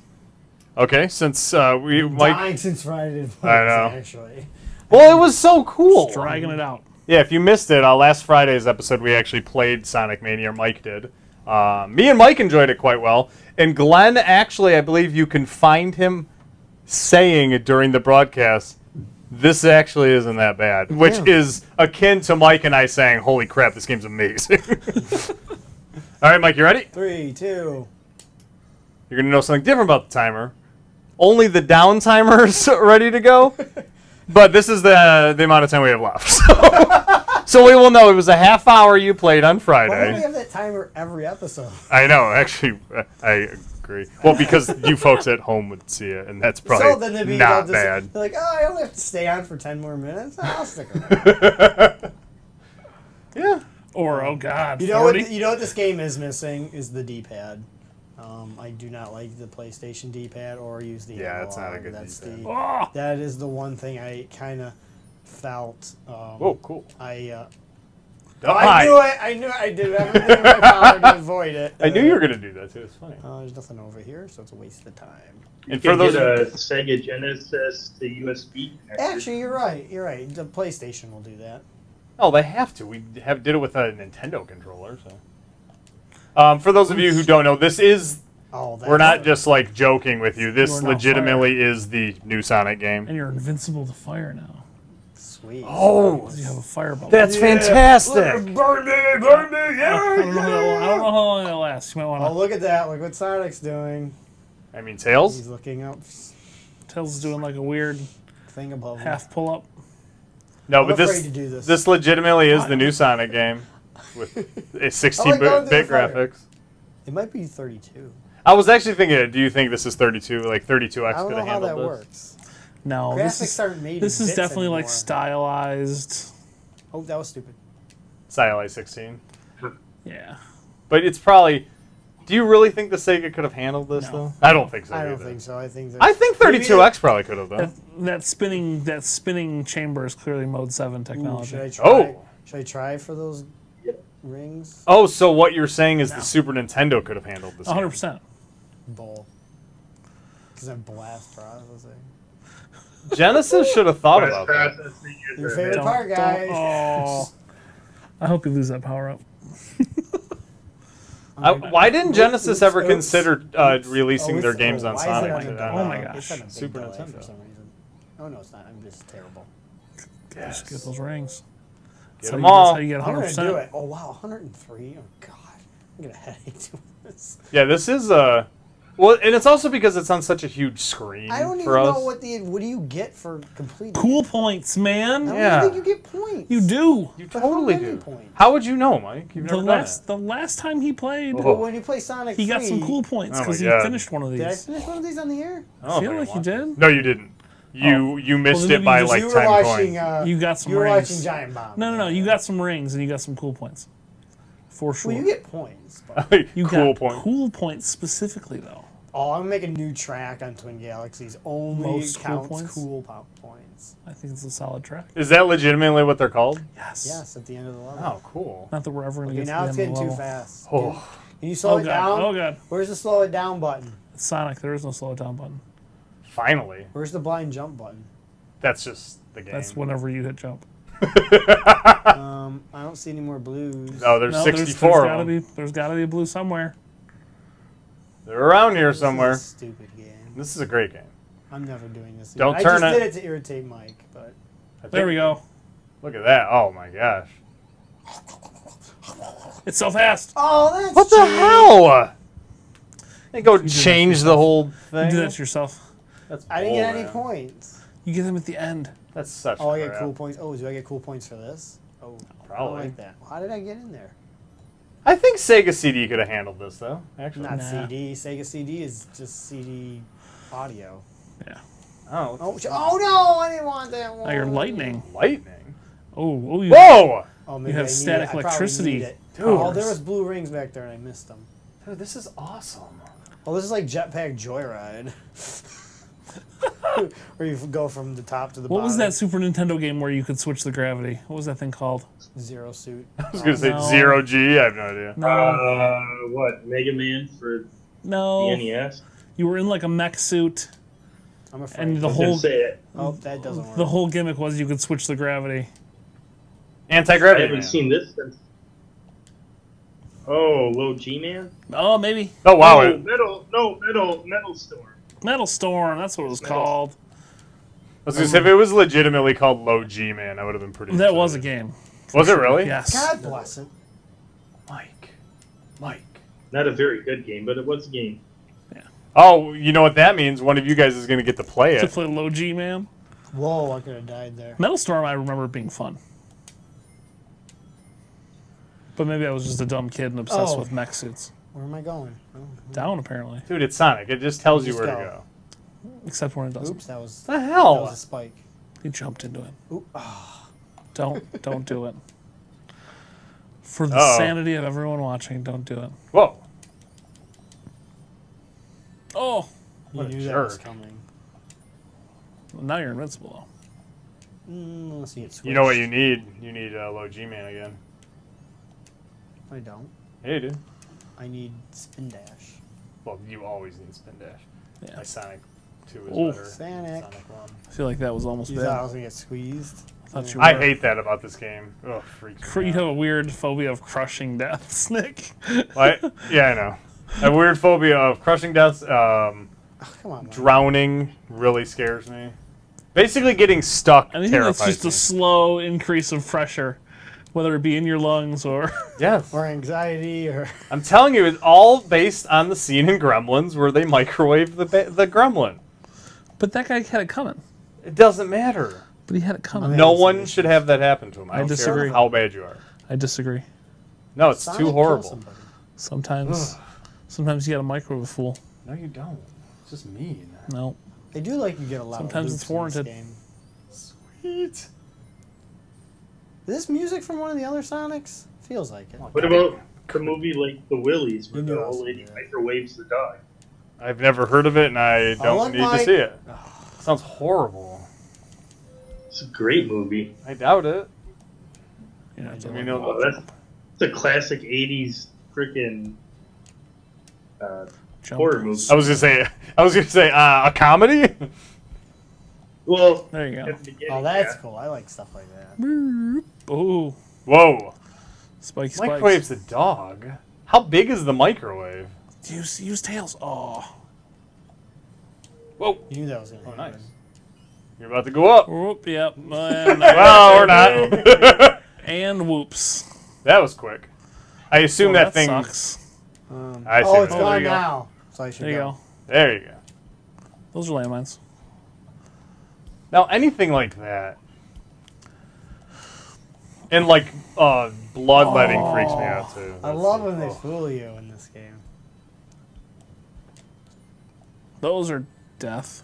A: Okay, since uh, we Mike.
F: Dying since Friday. To
A: I know.
F: Actually,
A: Well, it was so cool.
C: Dragging it out.
A: Yeah, if you missed it, uh, last Friday's episode, we actually played Sonic Mania. or Mike did. Uh, me and Mike enjoyed it quite well. And Glenn, actually, I believe you can find him saying it during the broadcast, this actually isn't that bad, which
F: Yeah.
A: is akin to Mike and I saying, holy crap, this game's amazing. All right, Mike, you ready?
F: three, two.
A: You're going to know something different about the timer. Only the down timer's ready to go, but this is the, the amount of time we have left. So, so we will know it was a half hour you played on
F: Why do we
A: Friday.
F: have that timer every episode?
A: I know, actually, uh, I agree. Well, because you folks at home would see it, and that's
F: so
A: probably
F: then they'd be
A: not
F: they'll just-
A: bad.
F: They're like, oh, I only have to stay on for ten more minutes. Ah, I'll stick around.
A: Yeah.
C: Or oh god,
F: You know
C: 40?
F: what? You know what this game is missing is the D-pad. Um, I do not like the PlayStation D-pad or use the.
A: Yeah, it's not a
F: analog.
A: good
F: That's
A: D-pad. Ah!
C: Oh,
F: the. That is the one thing I kind of felt. Um,
A: Whoa, Oh, cool.
F: I uh, I
A: Hi.
F: knew it. I knew it. I did everything in my power to avoid it.
A: I knew you were going to do that, too. It's funny.
F: Uh, there's nothing over here, so it's a waste of time.
D: You
A: And
D: can
A: for those.
D: get a Sega Genesis to USB. connector.
F: Actually, you're right. You're right. The PlayStation will do that.
A: Oh, they have to. We have did it with a Nintendo controller, so. Um, for those of you who don't know, this is
F: Oh, that
A: We're not just like joking with you. This
C: We're not
A: legitimately is the new Sonic game.
C: and you're invincible to fire now.
F: sweet.
A: Oh,
C: 'Cause You have a fireball.
A: that's fantastic!
D: Burn me, burn me,
C: I
D: yeah!
C: don't know. How that, will- I don't know how long it'll last. You might
F: Oh,
C: want
F: look at that! Look what Sonic's doing.
A: I mean,
F: He's
A: Tails.
F: looking up
C: to. Tails is doing like a weird
F: thing above him.
C: half pull up.
A: No,
F: I'm
A: but
F: afraid
A: this
F: to do this.
A: this legitimately is the new Sonic game with a 16
F: going through the
A: bit
F: fire.
A: graphics.
F: It might be 32.
A: I was actually thinking, do you think this is 32? Like 32x
F: I don't
A: could
F: know
A: have
F: how
A: handled
F: that
A: this.
F: works.
C: No,
F: Graphics
C: Oh, this is,
F: aren't made. in
C: this is
F: bits
C: definitely like
F: anymore.
C: stylized.
F: Oh, that was stupid.
A: Stylized 16.
C: Yeah,
A: But it's probably. Do you really think the Sega could have handled this
C: No.
A: though? I don't think so.
F: I don't
A: either.
F: think so. I think.
A: I think
F: Maybe it-
A: 32x probably could have
C: that,
A: though.
C: that spinning that spinning chamber is clearly Mode Seven
F: Ooh,
C: technology.
F: should I try?
A: Oh.
F: Should I try for those
D: Yep.
F: rings?
A: Oh, so what you're saying is the Super Nintendo could have handled this. game.
C: 100. percent
F: Bowl. Because I'm blast processing.
A: Genesis should have thought about that.
D: processing
F: Your
D: is
F: favorite
D: a-
F: part, guys.
C: Oh, I hope you lose that power up. Oh
A: I, why didn't Genesis
F: Oops,
A: ever
F: oops,
A: consider uh,
F: oops.
A: releasing
F: Oh,
A: their
F: it's-
A: games
F: oh,
A: on
F: why is
A: Sonic?
F: it
A: I
F: on
A: don't
F: a-
A: know.
C: Oh my gosh.
F: It's on a big
A: Super
F: delay for
A: Nintendo.
F: some reason. Oh no, it's not. I'm just terrible.
C: Just get those rings. That's
A: Get 'em
C: how you- that's
A: all.
C: how you get
F: I'm
C: 100.
F: gonna do
C: percent
F: it. Oh wow, 103. Oh god, I'm gonna headache doing this.
A: Yeah, this is Uh, well, and it's also because it's on such a huge screen
F: I don't even
A: for us.
F: know what the what do you get for completing.
C: Cool points, man.
F: I don't
A: Yeah.
F: even think you get points.
C: You do.
A: you
F: But how
A: totally
F: many
A: do.
F: points?
A: How would you know, Mike? You've
C: The
A: never done
C: last the last time he played,
A: Oh.
F: But when you play Sonic
C: he
F: 3,
C: got some cool points
A: Oh my
C: because he
A: God.
C: finished one of
F: Did I
C: these.
F: finish one of these on the air?
A: it. I don't
C: feel
A: think I
C: like you
A: watched.
C: did.
A: Oh,
C: Oh.
A: No, you didn't. You you missed
C: then
A: it
C: you
A: by
C: just-
A: like
F: you were
A: ten
F: watching.
A: coins.
F: Uh,
C: You got some
F: You were
C: rings.
F: watching Giant Bomb.
C: No, no, no. You got some rings and you got some cool points, for sure.
F: Well, you get points. but-
C: You
A: cool
C: got
A: point.
C: cool points specifically though.
F: Oh, I'm gonna make a new track on Twin Galaxies. Only
C: Most cool
F: counts
C: points?
F: cool po- points.
C: I think it's a solid track.
A: Is that legitimately what they're called?
C: Yes.
F: Yes, at the end of the level.
A: Oh, cool.
C: Not that we're ever gonna
F: Okay,
C: get
F: now
C: to
F: it's
C: the end
F: getting
C: of the
F: too
C: level.
F: fast. Can,
A: Oh,
F: can you slow
C: Oh
F: it
C: god.
F: down?
C: Oh god.
F: Where's the slow it down button?
C: It's Sonic. There is no slow it down button.
A: finally,
F: Where's the blind jump button?
A: that's just the game.
C: That's whenever you hit jump.
F: Um, I don't see any more blues.
A: Oh, there's
C: No, there's, there's
A: 64
C: gotta
A: of them.
C: be there's gotta be a blue somewhere.
A: They're around here
F: This is a
A: somewhere.
F: stupid game.
A: This is a great game.
F: I'm never doing this.
A: Don't
F: again.
A: turn
F: I just
A: it.
F: did it to irritate Mike, but
A: I think-
C: There we go.
A: Look at that. Oh my gosh.
C: It's so fast.
F: oh, that's
A: What the
F: cheap.
A: hell? They go change the whole
C: You
A: thing.
C: do that to yourself.
A: That's
F: I didn't
C: Oh,
F: get
A: bull,
F: any
A: man.
F: points.
C: You get them at the end.
A: That's such.
F: Oh, I get
A: crap.
F: cool points. Oh, do I get cool points for this? Oh, I
A: Probably.
F: like that. How did I get in there?
A: I think Sega CD could have handled this though. Actually.
F: Not
C: Nah.
F: CD. Sega CD is just CD audio.
C: Yeah.
F: I
A: Oh,
F: Oh, sh- oh no, I didn't want that one.
C: Now Oh, you're lightning.
A: lightning.
C: Oh, oh, you,
A: Whoa!
F: Oh,
C: You have
F: I need
C: static
F: it. I probably
C: electricity
F: need it. Oh,
C: powers.
F: there was blue rings back there and I missed them.
A: Dude, this is awesome.
F: Oh, this is like Jetpack Joyride. Where you go from the top to the
C: What
F: bottom.
C: was that Super Nintendo game where you could switch the gravity? What was that thing called?
F: Zero suit. Oh,
A: I was gonna say
C: Oh, no.
A: zero G. I have no idea.
C: No,
D: Uh, what Mega Man for
A: Oh,
D: the E
C: no.
D: NES?
C: You were in like a mech suit,
F: I'm afraid.
C: and the
D: Didn't
C: whole
D: say it.
F: oh, that doesn't work.
C: the whole gimmick was you could switch the gravity.
A: Anti
D: I
A: gravity.
D: haven't seen this since. Oh, little G Man.
C: Oh, maybe
A: Oh wow!
D: Oh,
A: it-
D: metal. No, metal. Metal Storm.
C: Metal Storm. That's what it was
D: Metal.
C: called.
A: I was gonna say if it was legitimately called Low G Man, I would have been pretty.
C: That was a
A: excited.
C: game.
A: Was it really?
C: Yes.
F: God bless it.
A: Mike. Mike.
D: Not a very good game, but it was a game.
A: Oh, you know what that means? One of you guys is gonna get to play
C: To
A: it.
C: play Low G Man.
F: Whoa, I could have died there.
C: Metal Storm, I remember being fun. But maybe I was just a dumb kid and obsessed
F: Oh.
C: with mech suits.
F: Where am I going? Oh,
C: Down, apparently.
A: Dude, it's Sonic. It just tells you
F: Just
A: where to
F: go.
A: go.
C: Except when it doesn't.
F: oops, that was
A: The
F: that
A: hell?
F: was a spike. ah,
C: He jumped into it.
F: Oop.
C: Don't, don't do it. For the
A: Uh-oh.
C: sanity of everyone watching, don't do it.
A: Whoa!
C: Oh,
F: You
A: What a
F: knew that was
A: jerk.
F: coming.
C: well, now you're invincible,
F: Mm, unless you get switched.
A: You know what you need? You need uh, Low G Man again.
F: I don't.
A: Hey, dude.
F: I need spin dash.
A: Well, you always need Spin Dash.
C: Yeah.
A: My Sonic 2 is
C: Ooh.
A: better. than Sonic
F: Sonic.
A: 1.
C: though. I feel like that was almost
F: You
C: bad.
F: thought I was gonna get squeezed.
C: I thought you
A: I
C: were.
A: hate that about this game. Oh, freaks.
C: Cr-
A: me
C: You
A: out.
C: have a weird phobia of crushing deaths, Nick.
A: What? Yeah, I know. That weird phobia of crushing deaths, um,
F: Oh, come on, man.
A: drowning really scares me. Basically, getting stuck
C: Anything that's
A: terrifies
C: just a slow increase of pressure, whether it be in your lungs or.
A: me. Yes,
F: or anxiety or
A: I'm telling you, it's all based on the scene in Gremlins where they microwave the ba- the gremlin.
C: But that guy had it coming.
A: It doesn't matter.
C: But he had it coming.
A: No
F: it's
A: one
F: an
A: should have that happen to him. I,
C: I
A: don't
C: disagree.
A: Care how bad you are.
C: I disagree.
A: No, it's
F: Sonic
A: too
F: kill
A: horrible.
F: somebody.
C: Sometimes, sometimes you got a microwave fool.
A: No, you don't. It's just mean.
C: No,
F: They do like you get a lot.
C: Sometimes
F: of
C: it's
F: loops in this
C: warranted.
F: game.
A: Sweet.
F: Is this music from one of the other Sonics? Feels like it.
D: What about the movie like The Willies, where
F: You know
D: the
F: that's
D: old lady
F: good.
D: microwaves the dog?
A: I've never heard of it, and I don't
F: want
A: need
F: my-
A: to see it. Sounds horrible.
D: It's a great movie.
A: I doubt it.
C: you know, it's
A: I
C: like-
A: mean, it'll-
D: Oh, that's it's a classic '80s freaking uh, horror movie.
C: Jumpers.
A: I was gonna say, I was gonna say uh, a comedy.
D: Well,
C: There you go.
D: at the beginning,
F: Oh, that's
D: yeah.
F: cool. I like stuff like that.
C: Oh,
A: Whoa!
C: spiky spikes.
A: Microwave's a dog. How big is the microwave?
C: Use use tails. Oh,
A: Whoa!
F: You knew that was gonna
A: Oh,
F: happen.
A: nice. You're about to go up.
C: whoop. Yep. And,
A: Well, we're not.
C: and whoops.
A: that was quick. I assume
C: Well,
A: Oh, that, thing.
C: sucks.
F: Um,
A: I see
F: oh,
A: what you mean.
F: it's
A: There
F: gone
A: you go.
F: now. So I should
C: There you go.
A: There you go.
C: Those are landmines.
A: Now anything like that, and like uh, bloodletting freaks me out too.
F: I
A: That's
F: love
A: it.
F: when they
A: Oh.
F: fool you in this game.
C: Those are death.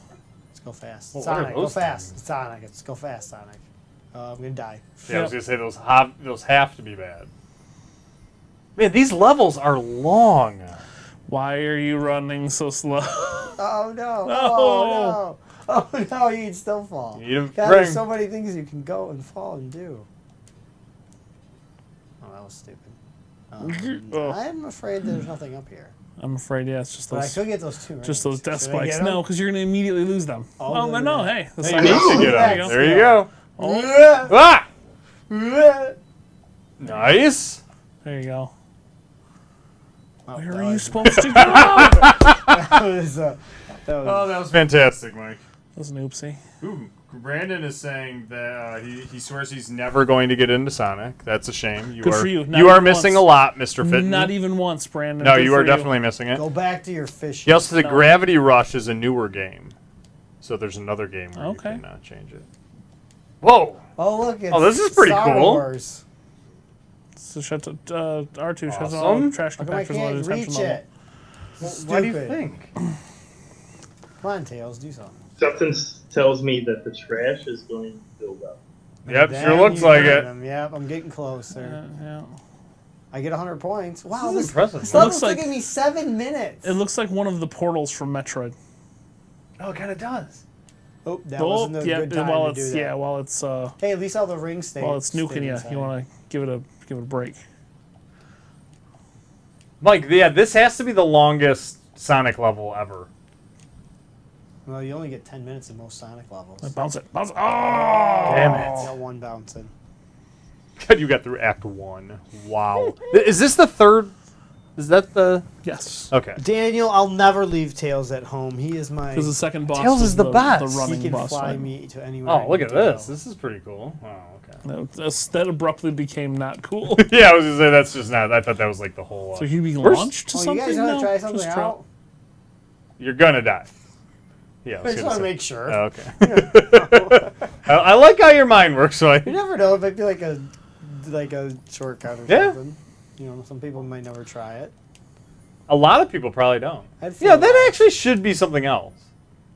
F: Let's go fast.
A: Well, what are
F: Sonic, go
A: those
F: fast.
A: things?
F: It's Sonic. Let's go fast, Sonic. Uh, I'm gonna die.
A: Yeah, I was
C: Yep.
A: gonna say those have those have to be bad. Man, these levels are long.
C: Why are you running so slow?
F: Oh no! Oh no! Oh no! You'd still fall.
A: You didn't
F: God,
A: bring-
F: there's so many things you can go and fall and do. Oh, that was stupid. Um,
C: Oh.
F: I'm afraid there's nothing up here.
C: I'm afraid. Yeah, it's just
F: But I
C: those.
F: could get those two. Rings.
C: Just those death
F: Should I get
C: spikes.
F: 'em?
C: No, because you're gonna immediately lose them.
F: Oh,
C: Oh,
F: no,
C: but no,
F: no, no.
C: hey, the
A: Hey,
C: sun-
A: you need to get
F: There
A: up.
F: you
A: There you go.
F: Yeah.
A: Ah,
F: Yeah.
A: nice.
C: There you go.
F: Oh,
C: Where
F: that
C: are you
F: was-
C: supposed to go?
F: That was, uh, that was,
A: Oh, that was fantastic, Mike.
C: That's an oopsie.
A: Ooh, Brandon is saying that uh, he, he swears he's never going to get into Sonic. That's a shame. You
C: Good
A: are
C: for you. Not
A: you are
C: even
A: missing
C: once.
A: a lot, Mister Fitton.
C: Not even once, Brandon.
A: no,
C: Good
A: you
C: for
A: are definitely missing it.
F: go back to your fish.
A: He also said
C: No.
A: Gravity Rush is a newer game, so there's another game where
C: Okay.
A: you cannot change it. Whoa!
F: Oh look! It's
A: Oh, this is pretty
F: Star
A: cool.
F: Wars.
C: So shut the, uh, R2 shuts
A: Awesome.
C: all trash
F: How come I
C: compactors and all
F: can't
C: detention
F: reach
C: level.
F: it?
A: What do you
F: Stupid.
A: think?
F: Come on, Tails, do something.
D: Something s- tells me that the trash is going to build up.
A: Yep,
F: Damn,
A: sure looks
F: you
A: like
F: got
A: it.
F: him. Yep, I'm getting close there.
C: yeah.
F: I get 100 points.
A: This
F: Wow,
A: is
F: this,
A: impressive.
F: this
A: It
F: level's
C: looks
F: like,
C: like-
F: taking me seven minutes.
C: It looks like one of the portals from Metroid.
A: Oh, it kind of does.
F: oh, that wasn't a
C: yeah,
F: good time
C: while
F: to do
C: it's
F: that.
C: yeah, while it's uh,
F: Hey, at least all the rings stay.
C: while it's nuking
F: stay
C: you,
F: inside.
C: you want to give it a give it a break.
A: Mike, yeah, this has to be the longest Sonic level ever.
F: Well, you only get 10 minutes in most Sonic levels.
C: Bounce it, bounce it. Oh,
A: Damn
F: You
A: it.
F: got one bouncing.
A: God, you got through Act 1. Wow. Th- is this the third? Is that the.
C: yes.
A: Okay.
F: Daniel, I'll never leave Tails at home. He is my.
C: Because the second boss
A: Tails
C: was
A: is the best. He
C: running
F: he can
C: boss.
F: fly
C: fight.
F: me to anywhere. I
A: Oh, look
F: need
A: at
F: to
A: this.
F: go.
A: This is pretty cool. Wow, okay.
C: That, that's- that abruptly became not cool.
A: Yeah, I was gonna say that's just not. I thought that was like the whole. Uh,
C: so you being
A: Where's-
C: launched to
F: Oh, you
C: something?
F: guys want
C: now?
F: to try something
C: Just try-
F: out?
A: you're gonna die. Yeah, I
F: I
A: was
F: just
A: gonna
F: want to
A: say.
F: make sure.
A: Oh, okay. I, I like how your mind works. So I,
F: You never know. It might be like a like a shortcut or
A: Yeah.
F: something. You know, some people might never try it.
A: a lot of people probably don't.
F: I'd feel
A: Yeah, that
F: like-
A: actually should be something else.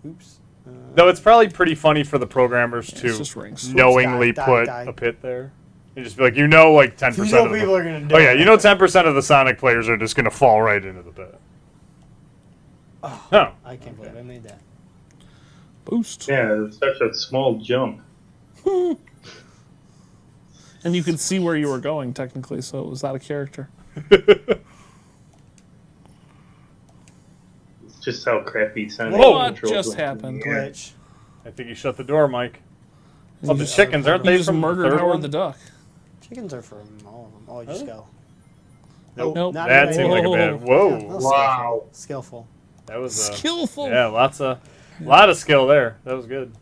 F: Oops. Uh,
A: Though it's probably pretty funny for the programmers
C: Yeah, it's
A: to
C: just rings.
A: knowingly
F: Die, die,
A: put
F: die.
A: a pit there. And just be like, you know, like ten
F: you
A: percent.
F: know
A: of the,
F: people are gonna do
A: Oh yeah,
F: it.
A: you know, ten percent of the Sonic players are just gonna fall right into the pit.
F: Oh.
A: Huh.
F: I can't believe I made that.
C: Boost.
D: Yeah, it was such a small jump.
C: And you could see where you were going technically, so it was out of character.
D: It's just how crappy Sonic
C: Whoa. What
D: controls
C: just
D: went in
C: happened?
D: the air.
F: Glitch.
A: I think you shut the door, Mike. Well, the
C: just-
A: chickens aren't
C: You
A: they
C: just
A: from the
C: murdered
A: third
C: Howard
A: one?
C: the Duck.
F: Chickens are from all of them. Oh, you just go.
A: Nope.
C: Nope.
F: Not
A: That
F: even
A: seemed like a bad.
F: Yeah,
A: Whoa.
F: no,
D: Wow.
F: Skillful. skillful.
A: That was uh,
C: Skillful.
A: Yeah, lots of lot of skill there. That was good.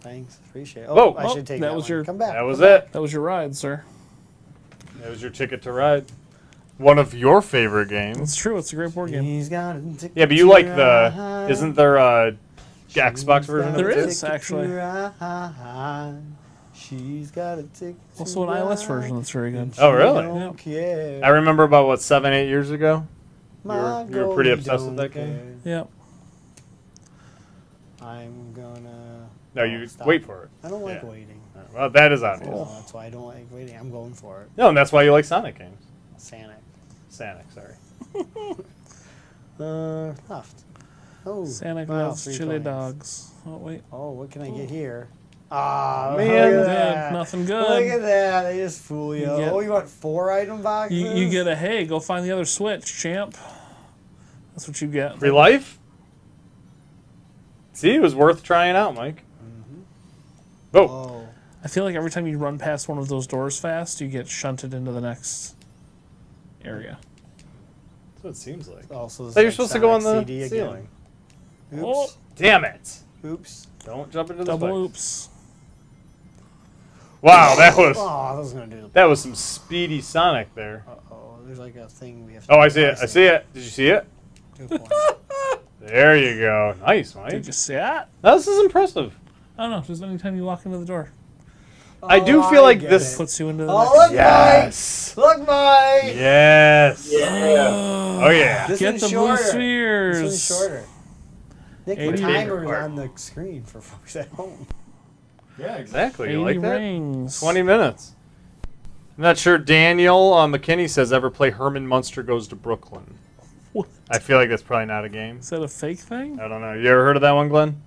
F: Thanks. Appreciate it. Oh,
A: Whoa.
F: I
C: Oh,
F: should take that,
C: that was
F: one.
C: your-
F: Come back.
A: That was
F: come back.
A: it.
C: That was your ride, sir.
A: That was your ticket to ride. One of your favorite games.
C: It's true. It's a great board game.
F: He's got a ticket
A: Yeah, but you
F: to
A: like the
F: ride.
A: isn't there uh, a Xbox
F: She's
A: version
F: got
A: of
C: There
A: it?
F: a
C: is,
F: ticket to
C: actually.
F: ride. She's got a ticket. to
C: Also, an iOS
F: ride.
C: version that's very good.
A: Oh,
F: She
A: really?
F: don't
C: Yep.
F: care.
A: I remember about what seven, eight years ago.
F: My
A: were- you were
F: girl,
A: pretty
F: you
A: obsessed with that
F: don't
A: game.
C: Yep.
F: care. I'm gonna.
A: No,
F: Oh,
A: you
F: stop.
A: wait for it.
F: I don't like
A: Yeah.
F: waiting.
A: Alright, Well, that is
F: So
A: obvious.
F: That's why I don't like waiting. I'm going for it.
A: No, and that's why you like Sonic games.
F: Sanic.
A: Sonic, sorry.
F: Uh, left. Oh,
C: Santa
F: wow,
C: Claus,
F: three
C: chili
F: coins.
C: dogs. Oh wait.
F: Oh, what can I get here? Ah,
A: Man,
F: look
C: Good,
F: at that.
C: Nothing
F: Look at
C: good.
F: that. They just fool you.
C: You get-
F: oh, you want four item boxes?
C: You, you get a hey, go find the other switch, champ. That's what you get.
A: Free life? See, it was worth trying out, Mike. Oh,
F: Oh,
C: I feel like every time you run past one of those doors fast, you get shunted into the next area.
A: that's what it seems like.
F: Oh, also. this
A: So you're
F: is like
A: supposed to go on
F: Sonic
A: the
F: CD again.
A: ceiling.
C: Oh,
F: Oops.
A: Damn it.
F: Oops.
A: Don't jump into the
C: double
A: spikes.
C: oops.
A: Wow, that was
F: Oh, I was gonna do the.
A: that was some speedy Sonic there.
F: Uh oh, there's like a thing we have. to
A: Oh, I
F: do.
A: see it. I see it. Did you see it?
F: Good point.
A: There you go. Nice,
C: Did
A: Mike.
C: you see that?
A: This is impressive.
C: I don't know. Just anytime you walk into the door,
A: I do
F: Oh,
A: feel
F: I
A: like
F: get
A: this-
F: it.
C: puts you into the
F: Oh,
C: next.
F: look, Mike! Look, Mike!
A: Yes.
D: Yeah.
A: Oh yeah.
F: This
C: Get
F: one's
C: the blue
F: shorter.
C: spheres.
F: This one's shorter. Nick, the
C: 80.
F: timer's on the screen for folks at home.
A: Yeah, exactly.
C: 80
A: Oh, You like that?
C: rings.
A: Twenty minutes. I'm not sure. Daniel uh, McKinney says ever play Herman Munster Goes to Brooklyn.
C: What?
A: I feel like that's probably not a game.
C: Is that a fake thing?
A: I don't know. You ever heard of that one, Glenn?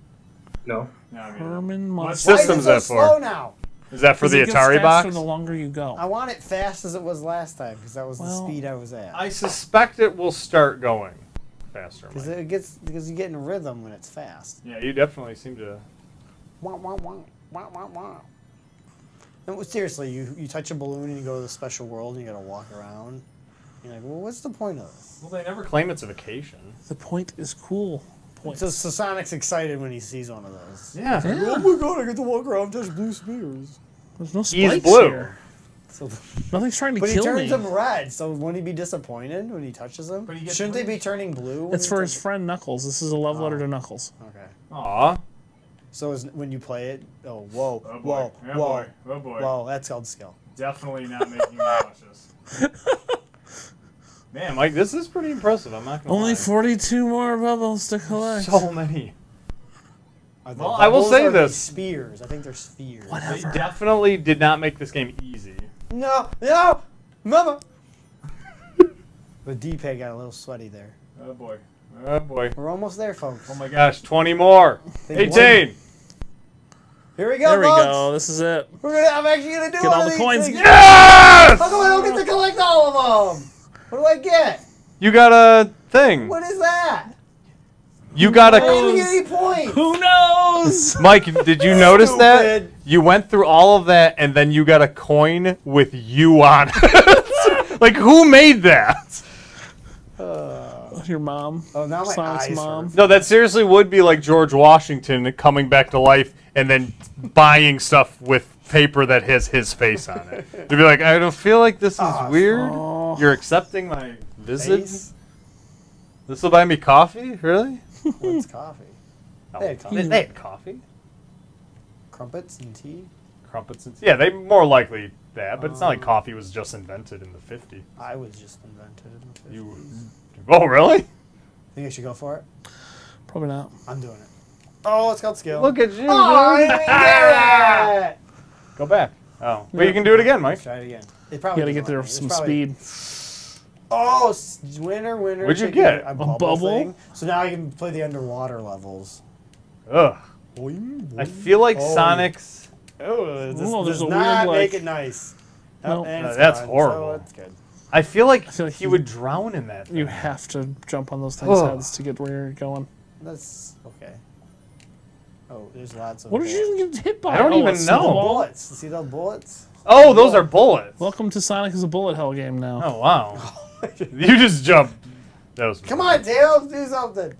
D: No.
C: Herman
A: What's
C: Munster.
F: Why is it
A: system's
F: so
A: that for?
F: slow now?
A: Is that for the
C: It gets
A: Atari
C: faster
A: box?
C: The longer you go.
F: I want it fast as it was last time because that was
C: Well,
F: the speed I was at.
A: I suspect it will start going faster.
F: Because
A: Mike.
F: it gets because you get in a rhythm when it's fast.
A: Yeah, you definitely seem to.
F: Wah, wah, wah, wah, wah, wah. No, seriously, you, you touch a balloon and you go to the special world and you gotta walk around. You're like, well, what's the point of this?
A: Well, they never claim it's a vacation.
C: The point is cool. Point.
F: So, so Sonic's excited when he sees one of those.
A: Yeah.
F: Oh my god, I get to walk around touch blue spears.
C: There's no
A: He's
C: spikes
A: blue.
C: here.
F: So
C: Nothing's trying to
F: But he
C: kill
F: turns
C: me.
F: them red, so wouldn't he be disappointed when he touches them?
A: But he gets
F: Shouldn't they be turning blue? Oh. when
C: It's
F: he
C: for his
F: touches-
C: friend Knuckles. This is a love letter to Knuckles.
F: Okay.
A: Aw.
F: So is, when you play it, oh whoa,
A: Oh, boy.
F: whoa,
A: Oh,
F: whoa,
A: boy. Oh, boy.
F: whoa, that's called skill.
A: Definitely not making me nauseous. Man, Mike, this is pretty impressive. I'm not gonna
C: Only
A: lie.
C: 42 more bubbles to collect.
A: so many.
F: Are they
A: Well, I will
F: bubbles
A: say
F: or are they
A: this.
F: Spheres. I think they're spheres.
A: They definitely did not make this game easy.
F: No, no, mama. the D-pad got a little sweaty there.
A: Oh boy. Oh boy.
F: We're almost there, folks.
A: Oh my gosh, 20 more.
F: They won.
A: 18.
F: Here we go,
C: There we
F: folks.
C: go. This is it.
F: We're gonna, I'm actually gonna do
C: Get
F: one
C: all
F: of
C: the
F: these
C: coins.
F: things. How
A: Yes!
F: come I don't get to collect all of them? What do I get?
A: You got a thing.
F: What is that?
A: You got
F: I didn't
A: a.
F: get any points.
C: Who knows?
A: Mike, did you notice that?
F: Stupid.
A: You went through all of that and then you got a coin with you on it. like, who made that?
C: Your mom.
F: Oh, now my
C: Sonic's
F: eyes
C: mom.
A: No, that seriously would be like George Washington coming back to life and then buying stuff with paper that has his face on it. They'd be like, I don't feel like this is weird.
C: Oh.
A: You're accepting my visit.
F: Face?
A: This will buy me coffee? Really?
F: What's coffee? They had coffee.
A: They, they had coffee.
F: Crumpets and tea.
A: Crumpets and Yeah, they more likely that, but it's not like
F: Oh.
A: coffee was just invented in the 50s.
F: I was just invented. in the 50s.
A: You, oh, really?
F: Think I should go for it?
C: Probably not.
F: I'm doing it. Oh, it's called skill.
A: Look at you.
F: Oh, I
A: dude.
F: didn't even get it.
A: Go back. Oh. But you can do it again, Mike.
F: Try it again. It probably
C: You gotta get
F: doesn't
C: there
F: let
C: with
F: me. It's
C: some speed.
F: probably- Oh, s- winner, winner.
A: What'd you
F: chicken
A: get?
F: dinner. A
A: A
F: bubble,
C: bubble?
F: thing. So now I can play the underwater levels.
A: Ugh.
F: Boing,
A: I
F: boing.
A: feel like
F: Oh.
A: Sonic's.
F: Oh, this
C: Whoa, there's
F: does
C: a
F: not
C: weird,
F: make
C: like-
F: it nice.
C: Nope.
F: and
A: Uh,
F: it's
A: that's
F: gone,
A: horrible.
F: So it's good.
A: I feel like,
C: feel like
A: he,
C: he-
A: would drown in that.
C: You
A: thing.
C: have to jump on those things'
A: Ugh.
C: heads to get where you're going.
F: That's okay. Oh, there's lots of.
C: What did you even get hit by?
A: I don't
C: Oh,
A: even
C: a
A: know.
C: snowball?
F: Bullets. See those bullets?
A: oh, those are bullets.
C: Welcome to Sonic is a bullet hell game now.
A: Oh wow. you just jumped. That was
F: Come on, Tails, do something.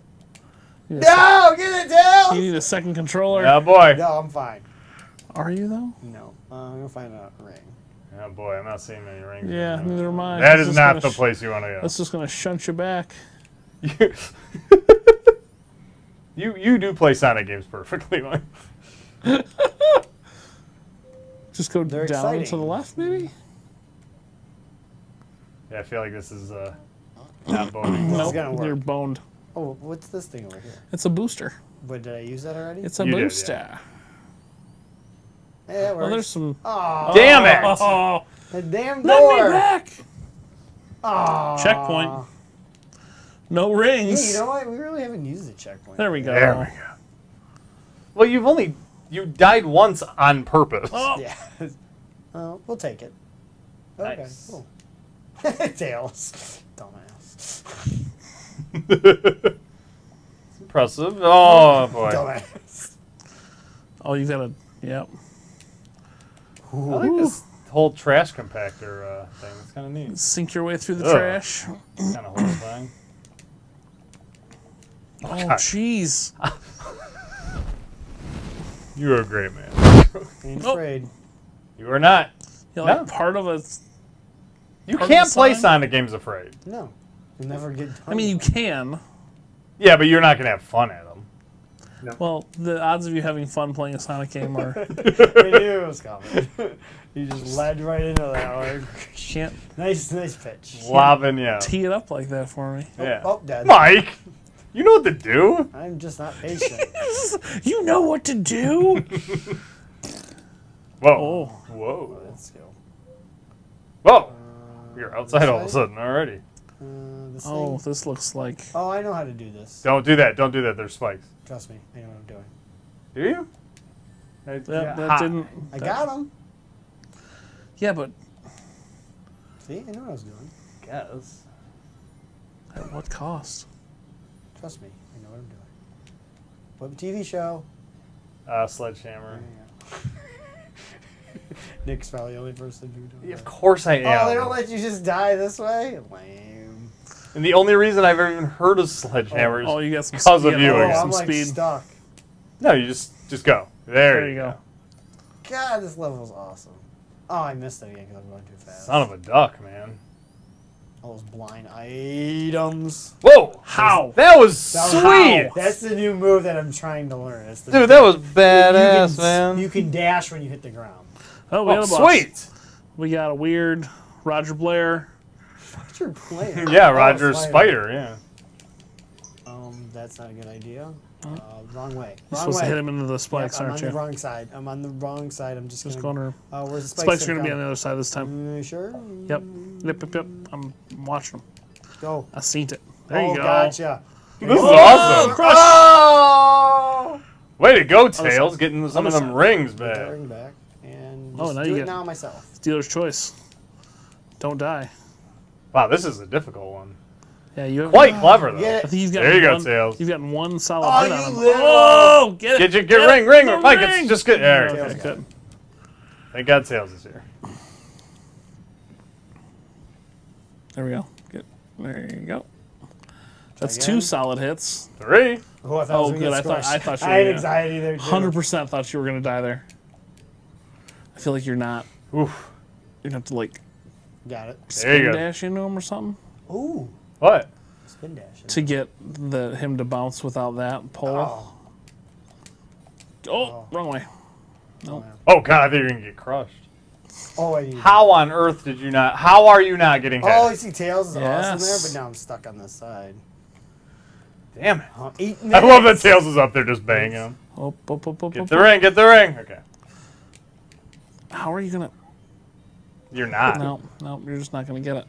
C: You, need a,
F: No, get it,
C: you
F: Tails.
C: need a second controller.
A: Oh boy.
F: No, I'm fine.
C: Are you though?
F: No, uh, I'm gonna find a ring.
A: Oh boy, I'm not seeing any rings.
C: Yeah, neither am I.
A: That
C: It's
A: is
C: just
A: not
C: gonna
A: the
C: sh-
A: place you want to
C: That's just gonna shunt you back.
A: go. you you do play Sonic games perfectly. Mike.
C: Just go
F: They're
C: down to
F: exciting.
C: the left, maybe.
A: yeah, I feel like this is uh, not boning.
C: No,
F: gonna work.
C: you're boned.
F: Oh, what's this thing over here?
C: It's a booster.
F: But did I use that already?
C: It's a
A: You did, yeah.
C: booster.
F: Eh, that
C: Well, there's
F: works.
C: some.
F: Aw,
A: Damn it!
C: Oh,
F: the damn
C: let me
F: door.
C: back.
F: Aw.
C: Checkpoint. No
F: Hey, Uh, you
C: rings.
F: know what? We really haven't used the checkpoint.
C: There we go.
A: There we go. Well, you've only you died once on purpose.
C: Oh,
F: Yeah. Uh, we'll take it. Okay,
A: Nice.
F: cool. Tails. Dumbass.
A: it's impressive. Oh boy.
F: Dumbass.
C: oh, you gotta. Yep.
A: I like this whole trash compactor uh, thing. It's kind of neat.
C: Sink your way through the
A: Ugh.
C: trash.
A: It's kind of horrifying.
C: Oh, jeez.
A: You are a great man.
F: Ain't
C: Oh.
F: afraid.
A: You are not.
C: You're like
A: No.
C: part of a.
A: You
C: Part of
A: can't
C: the
A: play
C: sign?
A: Sonic games afraid.
F: No. You'll never get done.
C: I mean, you
F: with it.
C: can.
A: Yeah, but you're not gonna have fun at them.
C: Well, the odds of you having fun playing a Sonic game are
F: I knew it was coming. you just led right into that one.
C: can't
F: nice, nice pitch.
A: Lobbing, yeah.
C: tee it up like that for me.
A: yeah.
F: Oh, Dad.
A: Mike, you know what to do.
F: I'm just not patient.
C: You know what to do.
A: Whoa.
C: Oh.
A: Whoa.
F: Let's go.
A: Whoa. You're outside all of a sudden already.
F: Uh, this
C: oh,
F: oh. Thing.
C: this looks like
F: oh, I know how to do this.
A: Don't do that. Don't do that. There's spikes.
F: Trust me. I know what I'm doing.
A: Do you?
C: that,
A: Ha.
C: that didn't.
F: I got him.
C: Yeah, but
F: See, I know what I was doing.
A: Guess.
C: at what cost?
F: Trust me. I know what I'm doing. What TV show?
A: Uh, sledgehammer.
F: Nick's probably the only person who
A: Yeah,
F: does
A: of course I am.
F: Oh, they don't let you just die this way? Lame.
A: And the only reason I've ever even heard of sledgehammers.
C: Oh, you got some.
A: 'Cause
C: you
A: of
C: got
A: you,
C: all
A: I
F: Oh,
A: guess.
C: some
F: I'm like
C: speed.
F: stuck.
A: No, you just just go. There,
C: There you go.
F: God, this level's awesome. Oh, I missed it again because I'm going too fast.
A: Son of a duck, man.
F: All those blind items.
A: Whoa!
C: How?
A: That was
F: That was-
A: sweet,
F: That's the new move that I'm trying to learn. It's the
A: dude. That was
F: you can-
A: badass, man.
F: You can dash when you hit the ground.
C: Oh, we
A: oh,
C: got a boss.
A: sweet.
C: We got a weird Roger Blair.
F: What's your plan?
A: Yeah, Roger's
F: Oh,
A: spider. Yeah.
F: Oh, Um, that's not a good idea. Uh, wrong way.
C: You're
F: Wrong
C: supposed
F: way.
C: to hit him into the
F: Yep,
C: spikes,
F: I'm on
C: aren't you?
F: the wrong side. I'm on the wrong side. I'm just,
C: Just
F: gonna.
C: going to.
F: uh, where's the spikes?
C: Spikes are going to be on the other side this time.
F: the. sure.
C: Yep. Yep, yep, yep. I'm watching them.
F: Go.
C: I seen it. There
F: oh,
C: you go.
F: gotcha.
A: This is
C: Oh,
A: awesome.
C: crush!
A: Way to go,
C: side.
A: Tails, getting some
C: Other
A: of them
C: side.
A: rings
F: Get that
A: back.
F: ring back. And
C: Oh,
F: just
C: now
F: do
C: you
F: it
C: get-
F: now myself.
C: It's dealer's choice. Don't die.
A: Wow, this is a difficult one.
C: Yeah, you have.
A: Quite clever though.
F: Yeah.
C: I think you've got.
A: There you go,
C: one,
A: Tails.
C: You've gotten one solid
F: Oh,
C: hit
F: you
C: on him.
F: little-
C: Oh, get
A: Get
C: it.
A: your get ring, ring, ring. Mike, it's just good. There.
C: Okay,
F: Tails got
C: good.
A: Thank God Tails is here.
C: There we go. Good. There you go. That's
F: again.
C: two solid hits.
A: Three.
F: Oh, I thought
C: Oh,
F: it was gonna
C: good. I
F: get
C: thought- I
F: squished.
C: thought you
F: I had
C: were gonna-
F: anxiety there. too.
C: Hundred percent thought you were gonna die there. I feel like you're not.
A: Oof.
C: You're gonna have to like
F: Got it.
A: There you
C: spin
A: go.
C: dash into him or something
F: Ooh,
A: What?
F: spin dash.
C: to get the him to bounce without that pull. Oh,
F: Oh,
C: wrong way.
A: Oh God, I thought you were gonna get crushed.
F: oh, I need.
A: How on earth did you not? How are you not getting hit?
F: Oh, I see tails is awesome there,
C: Yes.
F: but now I'm stuck on this side.
A: damn it!
F: Uh, eight
A: I
F: minutes.
A: love that Tails is up there just banging him.
C: Oh, bo- bo- bo- bo-
A: Get the ring. Get the ring. Okay.
C: How are you gonna?
A: You're not.
C: No, no, you're just not gonna get it.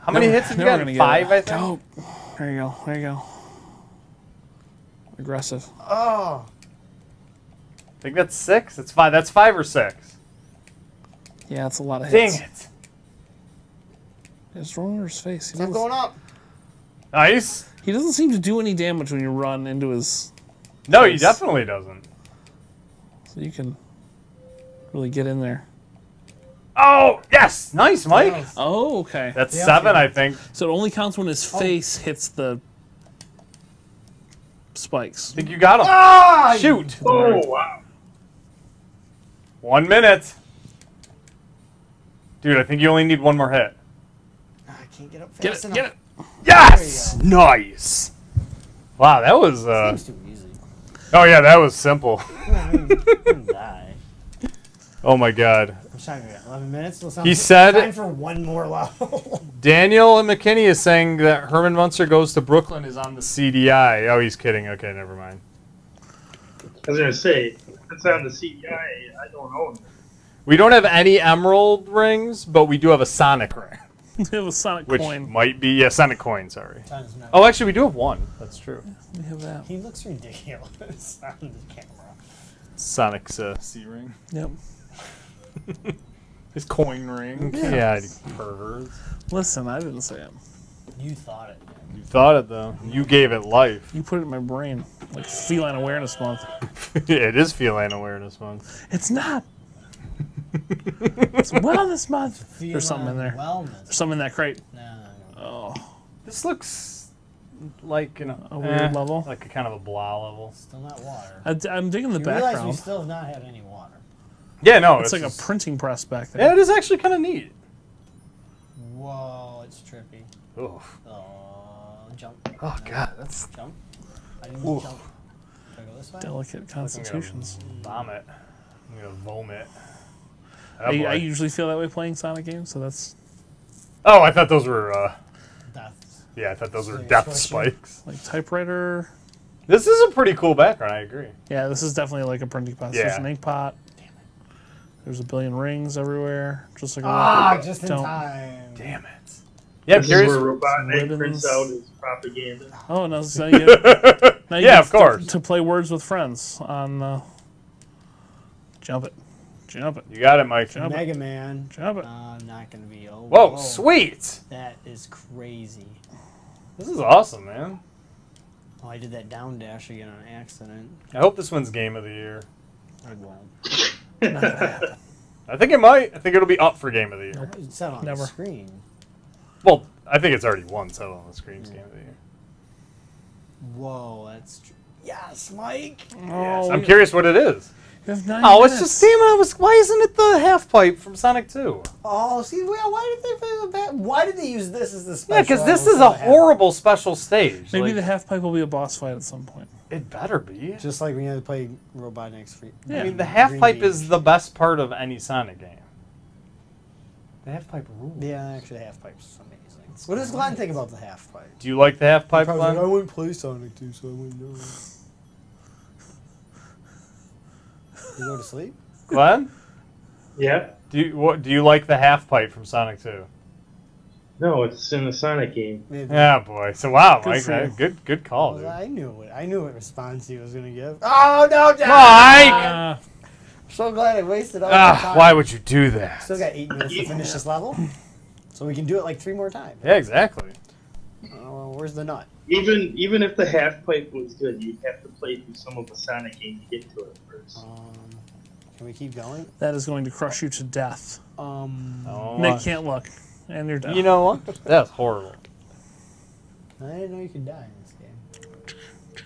A: How many hits have you
C: Never
A: gotten?
C: gonna get
A: Five,
C: it.
A: I think.
C: Dope. There you go. There you go. Aggressive.
F: Oh,
A: I think that's six. That's five. That's five or six.
C: Yeah, it's a lot of
A: Dang
C: hits.
A: it!
C: It's rolling over his face. He
F: I'm
C: doesn't,
F: going up.
A: Nice.
C: he doesn't seem to do any damage when you run into his.
A: No, he
C: Nice.
A: definitely doesn't.
C: So you can really get in there.
A: Oh yes, nice, Mike.
F: Nice.
C: Oh, okay.
A: That's seven, I think. I
C: So it only counts when his
A: Oh.
C: face hits the spikes.
A: think you got him.
C: Ah,
A: Shoot.
D: Oh, wow.
A: One minute. Dude, I think you only need one more hit.
F: I can't get up fast
C: Get it,
F: enough.
C: get it.
A: Yes. Nice. Wow, that was. Uh,
F: Seems too easy.
A: oh yeah, that was simple.
F: I'm gonna die.
A: Oh my God.
F: I'm sorry, we got 11 minutes. Let's
A: He
F: not-
A: said-
F: time for one more level.
A: Daniel McKinney is saying that Herman Munster goes to Brooklyn is on the CDI. Oh, he's kidding. Okay, never mind.
D: I was going to say, if it's on the CDI, I don't own it.
A: We don't have any emerald rings, but we do have a Sonic ring,
C: it was Sonic
A: which
C: coin.
A: might be yeah, Sonic coin. Sorry.
F: Time's not-
A: Oh, actually, we do have one. That's true.
C: We have that.
F: He looks ridiculous on the camera.
A: Sonic's uh, C ring.
C: Yep.
A: His coin ring. Yeah, you perverts.
C: Listen, I didn't say it.
F: You thought it. man.
A: You thought it though. You gave it life.
C: You put it in my brain, like Feline Awareness Month.
A: it is feline awareness month.
C: It's not. it's Wellness Month.
F: Feline
C: There's something in there.
F: Wellness.
C: There's something in that crate.
F: No, no, no.
C: Oh,
A: This looks like an,
C: A weird eh, level?
A: like a kind of a blah level.
F: Still not water.
C: I, am digging the
F: You realize we
C: background.
F: still have not had any water.
A: Yeah, no,
C: It's like a
A: just-
C: printing press back there.
A: yeah, it is actually kind of neat.
F: Whoa, it's trippy.
A: Oh,
F: Oh, jump.
A: oh god, that's
F: Jump. I didn't mean jump. Should I go this way?
C: Delicate constitutions.
A: vomit. I'm gonna vomit. Oh,
C: I, I
A: boy.
C: usually feel that way playing Sonic games, so that's
A: Oh, I thought those were. Uh,
F: That's-
A: yeah, I thought those were
F: Yeah,
A: death
F: that's what you-
A: spikes.
C: like typewriter.
A: This is a pretty cool background. I agree.
C: Yeah, this is definitely like a printing press. There's
A: Yeah.
C: an ink pot. There's a billion rings everywhere, just like a
F: Ah,
C: rocket.
F: just in
C: Don't-
F: time.
A: Damn it. Yeah, I'm
D: This is
A: curious.
D: where Robotnik
C: ribbons.
D: prints out his propaganda.
C: Oh, now, so now you get, now you
A: Yeah,
C: get
A: of course.
C: To, to play words with friends on the. Jump it, jump it,
A: You got it, Mike.
C: jump it,
F: Mega Man.
C: jump it.
F: Uh, not gonna be. Oh,
A: Whoa, sweet!
F: That is crazy.
A: This is awesome, man.
F: Oh, I did that down dash again on accident.
A: I hope this wins game of the year.
F: I won't.
A: I think it might. I think it'll be up for game of the year.
F: It's not on
C: Never.
F: the screen.
A: Well, I think it's already won settled on the screens game of the year.
F: Whoa, that's. Tr- yes, Mike.
C: Oh,
A: I'm curious what it is.
C: you have nine
A: Oh, it's
C: minutes.
A: just damn it! I was. Why isn't it the half pipe from Sonic Two?
F: Oh, see, well, why did they play that? Why did they use this as the special?
A: Yeah, because this is
F: element of
A: a
F: the half-
A: horrible special stage.
C: Maybe
A: Like,
C: the half pipe will be a boss fight at some point.
A: it better be.
F: Just like when you had to play Robotnik's free.
C: Yeah.
A: I mean, the
F: Green
A: half pipe
F: Bean.
A: is the best part of any Sonic game. The half pipe rules.
F: Yeah, actually, half pipe's amazing. What does Glenn think about the half pipe?
A: Do you like the half pipe?
F: Probably like, I
A: Glenn?
F: wouldn't play Sonic 2, so I wouldn't know. you go to sleep?
A: Glenn,
D: Yeah.
A: do you what do you like the half pipe from Sonic Two?
D: No, it's in the Sonic game.
F: Maybe.
A: Yeah, Ah, boy. So wow,
C: Good
A: Mike,
C: for
A: uh,
C: you.
A: good good call, dude.
F: I knew it. I knew what response he was going to give. Oh, no, Dad!
A: Mike,
C: Uh,
F: So glad I wasted all my
A: ah,
F: time.
A: why would you do that?
F: Still got eight minutes to finish this level. So we can do it like three more times.
A: Yeah, exactly.
F: Oh, well, where's the nut?
D: Even even if the half pipe was good, you'd have to play through some of the Sonic game to get to it first.
F: Um, can we keep going?
C: that is going to crush you to death.
F: Um,
A: Oh,
C: Nick can't look, and you're
A: uh,
C: done.
A: you know what? That's horrible.
F: I didn't know you could die in this game.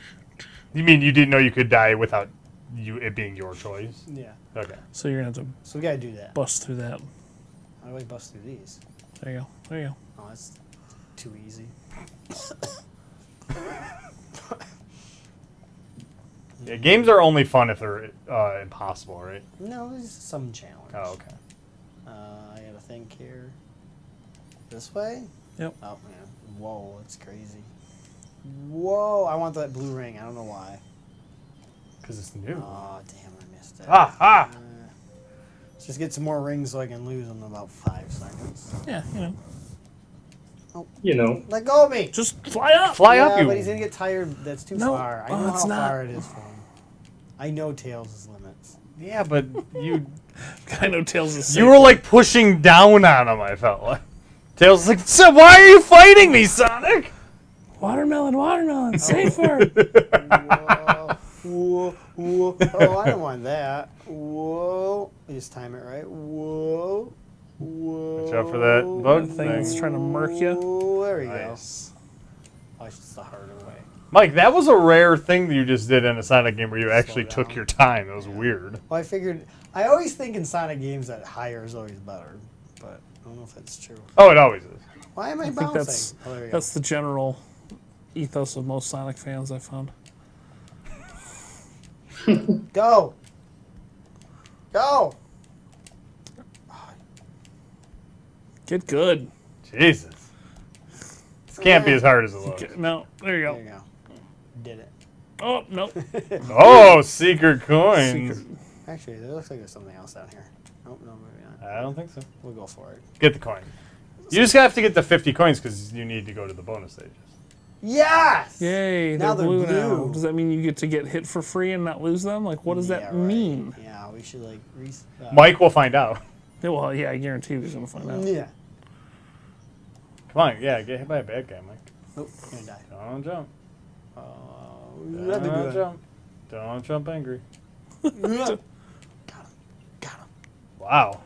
A: You mean you didn't know you could die without you it being your choice?
F: Yeah.
A: Okay.
C: so you're gonna have to
F: So we gotta do that.
C: bust through that.
F: How do I bust through these?
C: There you go. There you go.
F: Oh, that's too easy.
A: Yeah, games are only fun if they're uh, impossible, right?
F: No, there's some challenge.
A: Oh, okay.
F: Uh, I gotta think here. This way?
C: Yep.
F: Oh, man. Whoa, that's crazy. Whoa, I want that blue ring. I don't know why.
A: Because it's new.
F: Oh, damn, I missed it.
A: Ah, ah.
F: Uh, let's just get some more rings so I can lose in about five seconds.
C: Yeah, you know,
D: You know,
F: Let go of me!
C: just fly up.
A: Fly
F: yeah,
A: up, you.
F: but he's gonna get tired. That's too
C: No.
F: far. I
C: Oh,
F: know
C: it's
F: how
C: not.
F: far it is from. I know Tails' limits.
A: yeah, but you
C: I know Tails is.
A: you were like pushing down on him. I felt like Tails was like, so why are you fighting me, Sonic?
C: watermelon,
A: Oh.
C: watermelon, safe word.
F: Whoa, whoa, whoa. Oh, I don't want that. Whoa. You just time it right. Whoa. Whoa.
A: Watch out for that bug
C: thing that's
A: thing.
C: trying to murk you.
F: Whoa, there you
A: Nice.
F: go. Oh, it's just the harder way.
A: Mike, that was a rare thing that you just did in a Sonic game where you actually took
F: down.
A: your time. That was weird.
F: Well, I figured. I always think in Sonic games that higher is always better, but I don't know if that's true.
A: Oh, it always is.
F: Why am I,
C: I
F: bouncing?
C: think that's
F: oh, there you
C: that's the general ethos of most Sonic fans. I found.
F: go. Go. Go.
C: Get good.
A: Jesus. This can't be as hard as it looks.
C: Get- no, there you
F: There you
C: go.
F: go. Did it.
C: Oh no.
A: Oh, secret coins.
C: Secret.
F: Actually, there looks like there's something else down here. Oh, no, maybe not.
A: I don't think so.
F: We'll go for it.
A: Get the coin. You just have to get the 50 coins because you need to go to the bonus stages.
F: Yes!
C: Yay!
F: Now
C: they're
F: they're
C: blue, now.
F: blue.
C: Does that mean you get to get hit for free and not lose them? Like, what does that
F: Yeah, right.
C: mean?
F: Yeah, we should like. Re- uh,
A: Mike will find out.
C: Yeah, Well, yeah, I guarantee he's gonna find out.
F: Yeah.
A: Come on, yeah, get hit by a bad guy, Mike.
F: Oh, I'm gonna die.
A: Don't jump.
F: Uh,
A: Don't
F: that'd be good.
A: jump. Don't jump angry.
F: Yeah.
A: Wow.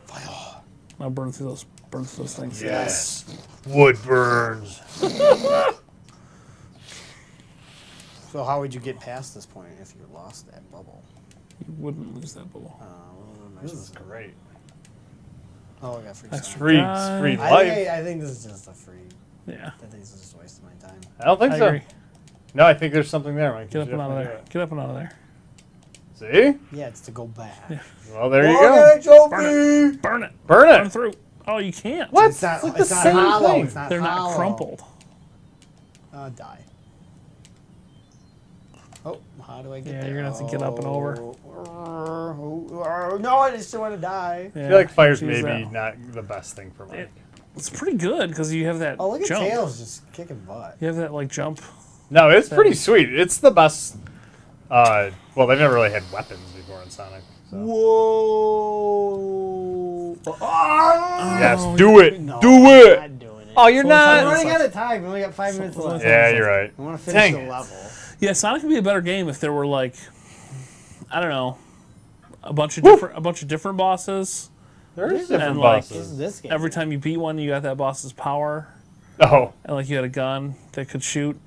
C: Now burn through those, burn through those things.
A: Yes. Wood burns.
F: so how would you get past this point if you lost that bubble?
C: You wouldn't lose that bubble.
F: Uh, what am I
A: This
F: supposed
A: is great.
F: to- oh, I got free.
C: Extra
F: Sonic.
A: Free,
C: Uh,
A: free
F: I
A: life.
F: think, I think this is just a free.
C: Yeah.
F: I think this is just a waste of my time.
A: I don't think
C: I
A: so.
C: agree.
A: No, I think there's something there, Mike.
C: Get up
A: You
C: and out of there.
A: definitely
C: Get up and out of there.
A: do it.
F: Yeah, it's to go back.
A: See? Well, there you
F: Oh,
A: go.
F: get a trophy!
C: Burn it.
A: Burn
C: Burn
A: it.
C: through. Oh, you can't.
A: What?
F: It's not,
A: It's like the
F: it's not
A: same
F: hollow.
A: thing.
F: It's not
C: They're not
F: hollow.
C: crumpled.
F: Uh, die. Oh, how do I get
C: Yeah,
F: there?
C: you're gonna have to get up and over.
F: over. No, I just want to die.
A: I feel like fire's
C: choose
A: maybe
C: that.
A: not the best thing for Mike.
C: It- It's pretty good because you have that
F: Oh, look at
C: jump.
F: Tails just kicking butt.
C: You have that like jump.
A: No, it's pretty sweet. It's the best. Uh, well, they've never really had weapons before in Sonic. So.
F: Whoa! Oh,
A: Yes,
C: Oh,
A: do it.
F: no,
A: do
F: I'm
A: it.
F: not doing it.
A: Oh, you're
C: So
F: We're
C: it's
A: not.
F: running out of time. We only got five minutes left.
A: Yeah, you're right.
F: I want to finish
A: Dang
F: the
A: it.
F: level.
C: Yeah, Sonic would be a better game if there were like, I don't know, a bunch of
A: Woo!
C: different a bunch of different bosses.
A: There's
C: And,
A: different
C: like,
F: This is
A: bosses.
F: this game.
C: Every time you beat one, you got that boss's power,
A: Oh,
C: and like you had a gun that could shoot,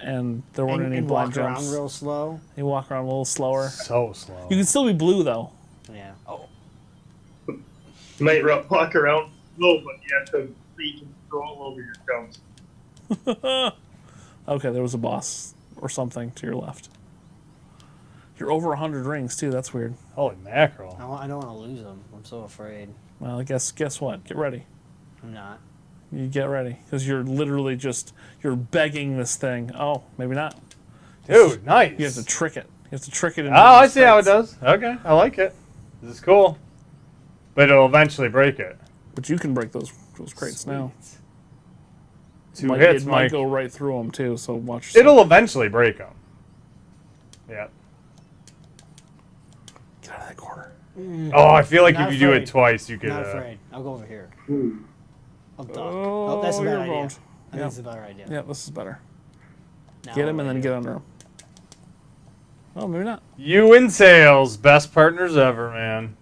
C: and there weren't
F: and,
C: any
F: and
C: blind
F: walk
C: jumps.
F: around real slow.
C: you walk around a little slower.
A: so slow.
C: You can still be blue though.
F: Yeah. Oh.
D: you might ru- walk around slow, but you have to be control over your jumps.
C: Okay, there was a boss or something to your left. You're over 100 rings, too. That's weird.
A: Holy mackerel.
F: Oh. I, want, I don't want to lose them. I'm so afraid.
C: Well, I guess guess what? Get ready.
F: I'm not.
C: You get ready because you're literally just you're begging this thing. Oh, maybe not.
A: Dude, nice.
C: You have to trick it. You have to trick it. Into
A: Oh, I see how it does. Okay, I like it. This is cool. But it'll eventually break it.
C: But you can break those those crates now.
A: Two
C: Might-
A: hits,
C: it
A: Mike.
C: might go right through them too. So watch. yourself.
A: It'll eventually break them. Yeah.
C: get out of Ah, that corner.
A: Oh, I feel like
F: Not
A: if you do it
F: afraid.
A: twice, you get.
F: Not
A: Uh,
F: afraid. I'll go over here. Hmm.
D: Ooh.
F: I'll duck. Oh, that's a
C: Oh,
F: bad
C: you're
F: idea.
C: wrong.
F: I think it's a better idea.
C: Yeah, this is better.
F: Now
C: Get him
F: what
C: and
F: do I
C: then
F: do?
C: get under him. Oh, maybe not.
A: you and Sales, best partners ever, man.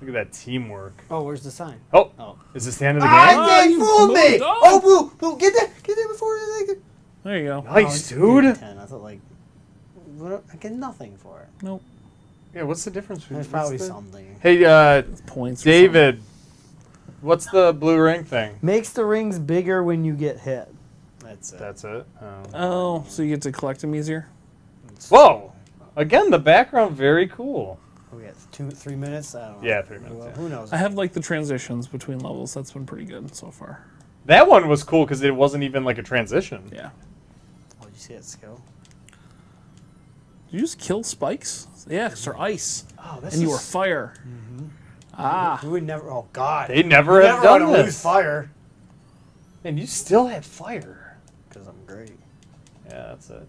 A: Look at that teamwork.
F: Oh, where's the sign?
A: Oh,
F: Oh.
A: is this the end of the game?
C: Ah,
F: Ah, they
C: you
F: fooled me!
C: moved on.
F: Oh, boo! Boo! Get that! Get that before they can.
C: There you go.
A: nice,
F: Oh,
A: dude.
F: Ten. I thought like, what? I get nothing for it.
C: Nope.
A: Yeah, what's the difference? between- what's
F: There's probably
A: the-
F: something.
A: Hey, uh,
C: Points. or
A: David, what's the blue ring thing?
F: Makes the rings bigger when you get hit. That's it.
A: That's it. Oh.
C: something. Oh, so you get to collect them easier.
A: Whoa! Again, the background very cool.
F: we got two, three minutes. I don't know.
A: Yeah, three minutes,
F: Who,
A: yeah.
F: who knows?
C: I have like the transitions between levels. That's been pretty good so far.
A: That one was cool because it wasn't even like a transition.
C: Yeah.
F: Oh, you see that skill?
C: Did you just kill spikes? Yeah, 'cause they're ice,
F: Oh, this
C: and you
F: is-
C: are fire.
A: Mm-hmm.
C: Ah,
F: We would never. Oh God.
A: They never
F: You
A: have
F: never
A: done
F: want to lose
A: this.
F: fire.
A: And you still had fire.
F: Because I'm great.
A: Yeah, that's it.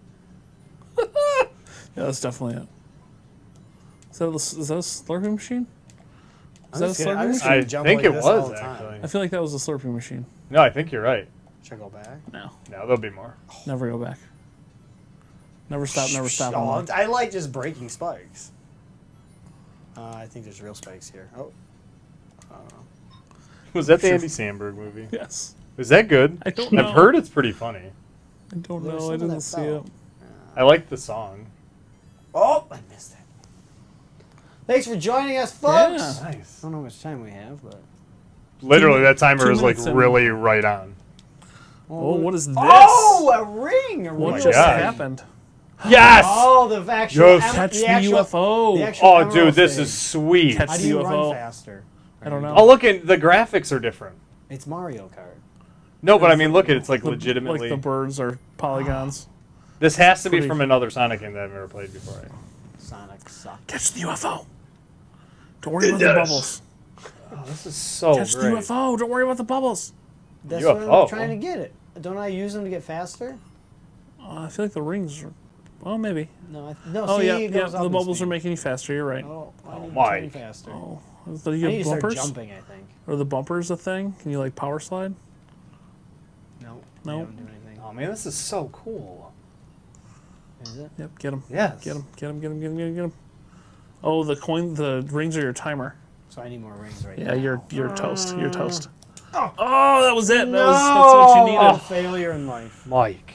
C: yeah, that's definitely it. Is that, a, is that a slurping machine?
F: I'm
C: that
F: just
C: a
F: gonna- I'm
C: slurping?
F: just gonna
A: I
F: jump
A: think
F: like
A: it
F: this all
A: was
F: the time.
A: actually.
C: I feel like that was a slurping machine.
A: No, I think you're right.
F: Should I go back?
C: No,
A: No, there'll be more.
C: never go back. Never stop. Never stop.
F: Oh,
C: online.
F: I like just breaking spikes. Uh, I think there's real spikes here. Oh,
A: Was that the Andy Samberg movie?
C: Yes.
A: Was that good?
C: I don't know.
A: I've heard it's pretty funny.
C: I don't
F: There was
C: know. I
F: some of
C: didn't
F: that
C: see
F: fell.
C: it.
A: I like the song.
F: oh, I missed that. Thanks for joining us, folks.
C: Yeah.
F: I
A: Nice.
F: don't know how much time we have, but
A: Literally, that
C: two
A: timer is like
C: minutes and-
A: really right on.
C: Oh, what is this?
F: oh, a ring. A
C: what
F: real
C: just
A: God.
F: ring.
C: happened?
A: Yes! Oh,
F: Oh, the actual.
A: Yes.
F: em-
C: Catch the,
F: actual-
C: UFO.
F: the actual emerald
A: Oh, dude, this
F: thing.
A: is sweet.
C: Catch-
F: How do you
C: UFO.
F: run faster?
C: I don't know.
A: Oh, look, at the graphics are different.
F: It's Mario Kart.
A: No, but I mean, look at it's like
C: The-
A: legitimately.
C: Like the birds are polygons.
A: This has to be
C: Pretty-
A: from another Sonic game that I've never played before.
F: Sonic sucks.
C: Catch the UFO. Don't worry
D: It
C: about the
D: does.
C: bubbles.
A: Oh, this is so
C: Catch
A: great.
C: the UFO. Don't worry about the bubbles.
F: That's what
A: UFO.
F: I'm trying to get it. Don't I use them to get faster?
C: Uh, I feel like the rings are. Well, maybe.
F: No, I, no.
C: Oh
F: see,
C: yeah,
F: it
C: yeah.
F: goes up
C: The
F: in
C: bubbles
F: speed.
C: are making you faster. You're right.
F: Oh, I need to
A: my.
F: turn faster.
C: Oh, do
F: I
C: you
F: need
C: have
F: to start
C: bumpers?
F: jumping. I think.
C: Are the bumpers a thing? Can you like power slide?
F: No.
C: No.
F: I don't do anything.
A: Oh man, this is so cool.
F: Is it?
C: Yep. Get them.
A: Yes.
C: Get them. Get them. Get them. Get them. Get them. Get them. Oh, the coin. The rings are your timer.
F: So I need more rings right
C: Yeah,
F: now.
C: you're you're toast. You're toast. Oh, that was it. That was, that's
A: No!
C: what you needed.
F: A failure in life.
A: Mike.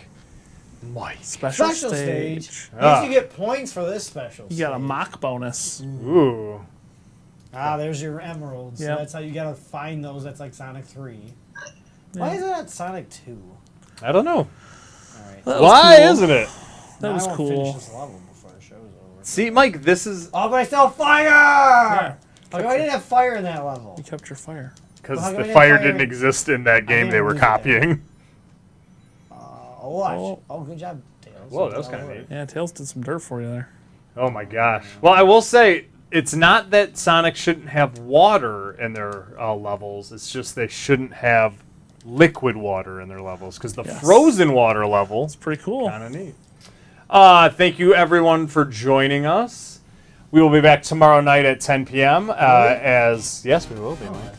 A: Mike.
C: Special,
F: Special
C: stage.
F: stage.
A: Ah.
F: At least you get points for this special.
C: You got a
F: stage.
C: mock bonus.
A: Ooh.
F: Ah, there's your emeralds.
C: Yep.
F: So that's how you gotta find those. That's like Sonic Three. Why is it not Sonic Two?
A: I don't know.
F: All right.
C: That was
A: Why
C: cool.
A: isn't it?
C: That
F: Now
C: was
F: I won't
C: cool.
F: Finish this level before the show's over.
A: See, Mike, this is
F: Oh, but I still have fire. Like, I didn't have fire in that level.
C: You kept your fire.
A: because
F: Well, how come
A: the
F: I didn't
A: fire
F: fire
A: didn't
F: it?
A: exist in that game
F: didn't
A: they were
F: do that.
A: copying.
F: Oh, watch.
C: Oh.
F: Oh, good job, Tails.
A: Whoa, that was kinda neat.
C: Yeah, Tails did some dirt for you there.
A: Oh my gosh. Well, I will say it's not that Sonic shouldn't have water in their uh, levels. It's just they shouldn't have liquid water in their levels because the
C: Yes.
A: frozen water level
C: It's pretty cool.
F: Oh.
A: Kind of neat. Uh, thank you, everyone, for joining us. We will be back tomorrow night at 10 p.m. Uh, as yes, we will be.
F: Oh.
A: Mike.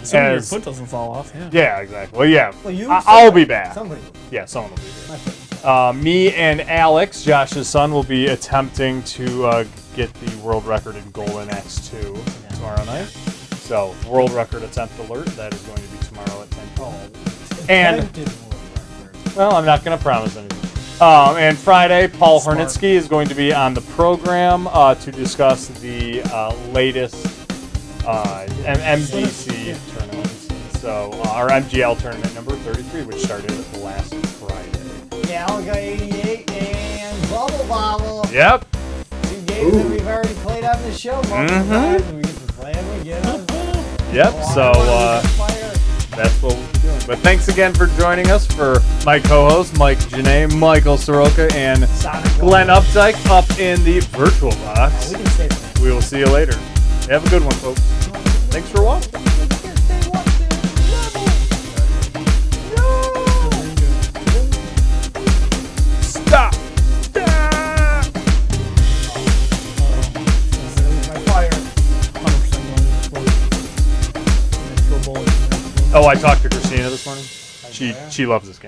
C: Assuming your
A: as-
C: foot doesn't fall off. Yeah.
A: yeah, exactly. Well, yeah,
F: Well, you
A: I-
F: said
A: I'll
F: that.
A: be back.
F: Somebody.
A: Yeah, someone will be there. Uh, me and Alex, Josh's son, will be attempting to uh, get the world record in Golden X2 tomorrow night. So, world record attempt alert. That is going to be tomorrow at 10 p.m. And-
F: Attempted world record.
A: Well, I'm not going to promise anything. Um, and Friday, Paul
C: Smart.
A: Hornetsky is going to be on the program uh, to discuss the uh, latest uh, M- MDC tournaments. So uh, our MGL tournament number 33, which started last Friday.
F: Galaga 88 and Bubble Bobble.
A: Yep.
F: Two games that we've already played on the show multiple
A: Mhm.
F: times. and We get to play them again. Oh,
A: Yep. So uh,
F: Fire.
A: that's what we'll be doing. But thanks again for joining us for my co-hosts Mike Janae, Michael Soroka, and
F: Sonic
A: Glenn Updike up in the virtual box.
F: We can stay there.
A: We will see you later. Have a good one, folks. Thanks for watching. Stop! Stop!
F: My fire. 100% going to explode. Throw bullets in there.
A: Oh, I talked to Christina this morning. She she loves this game.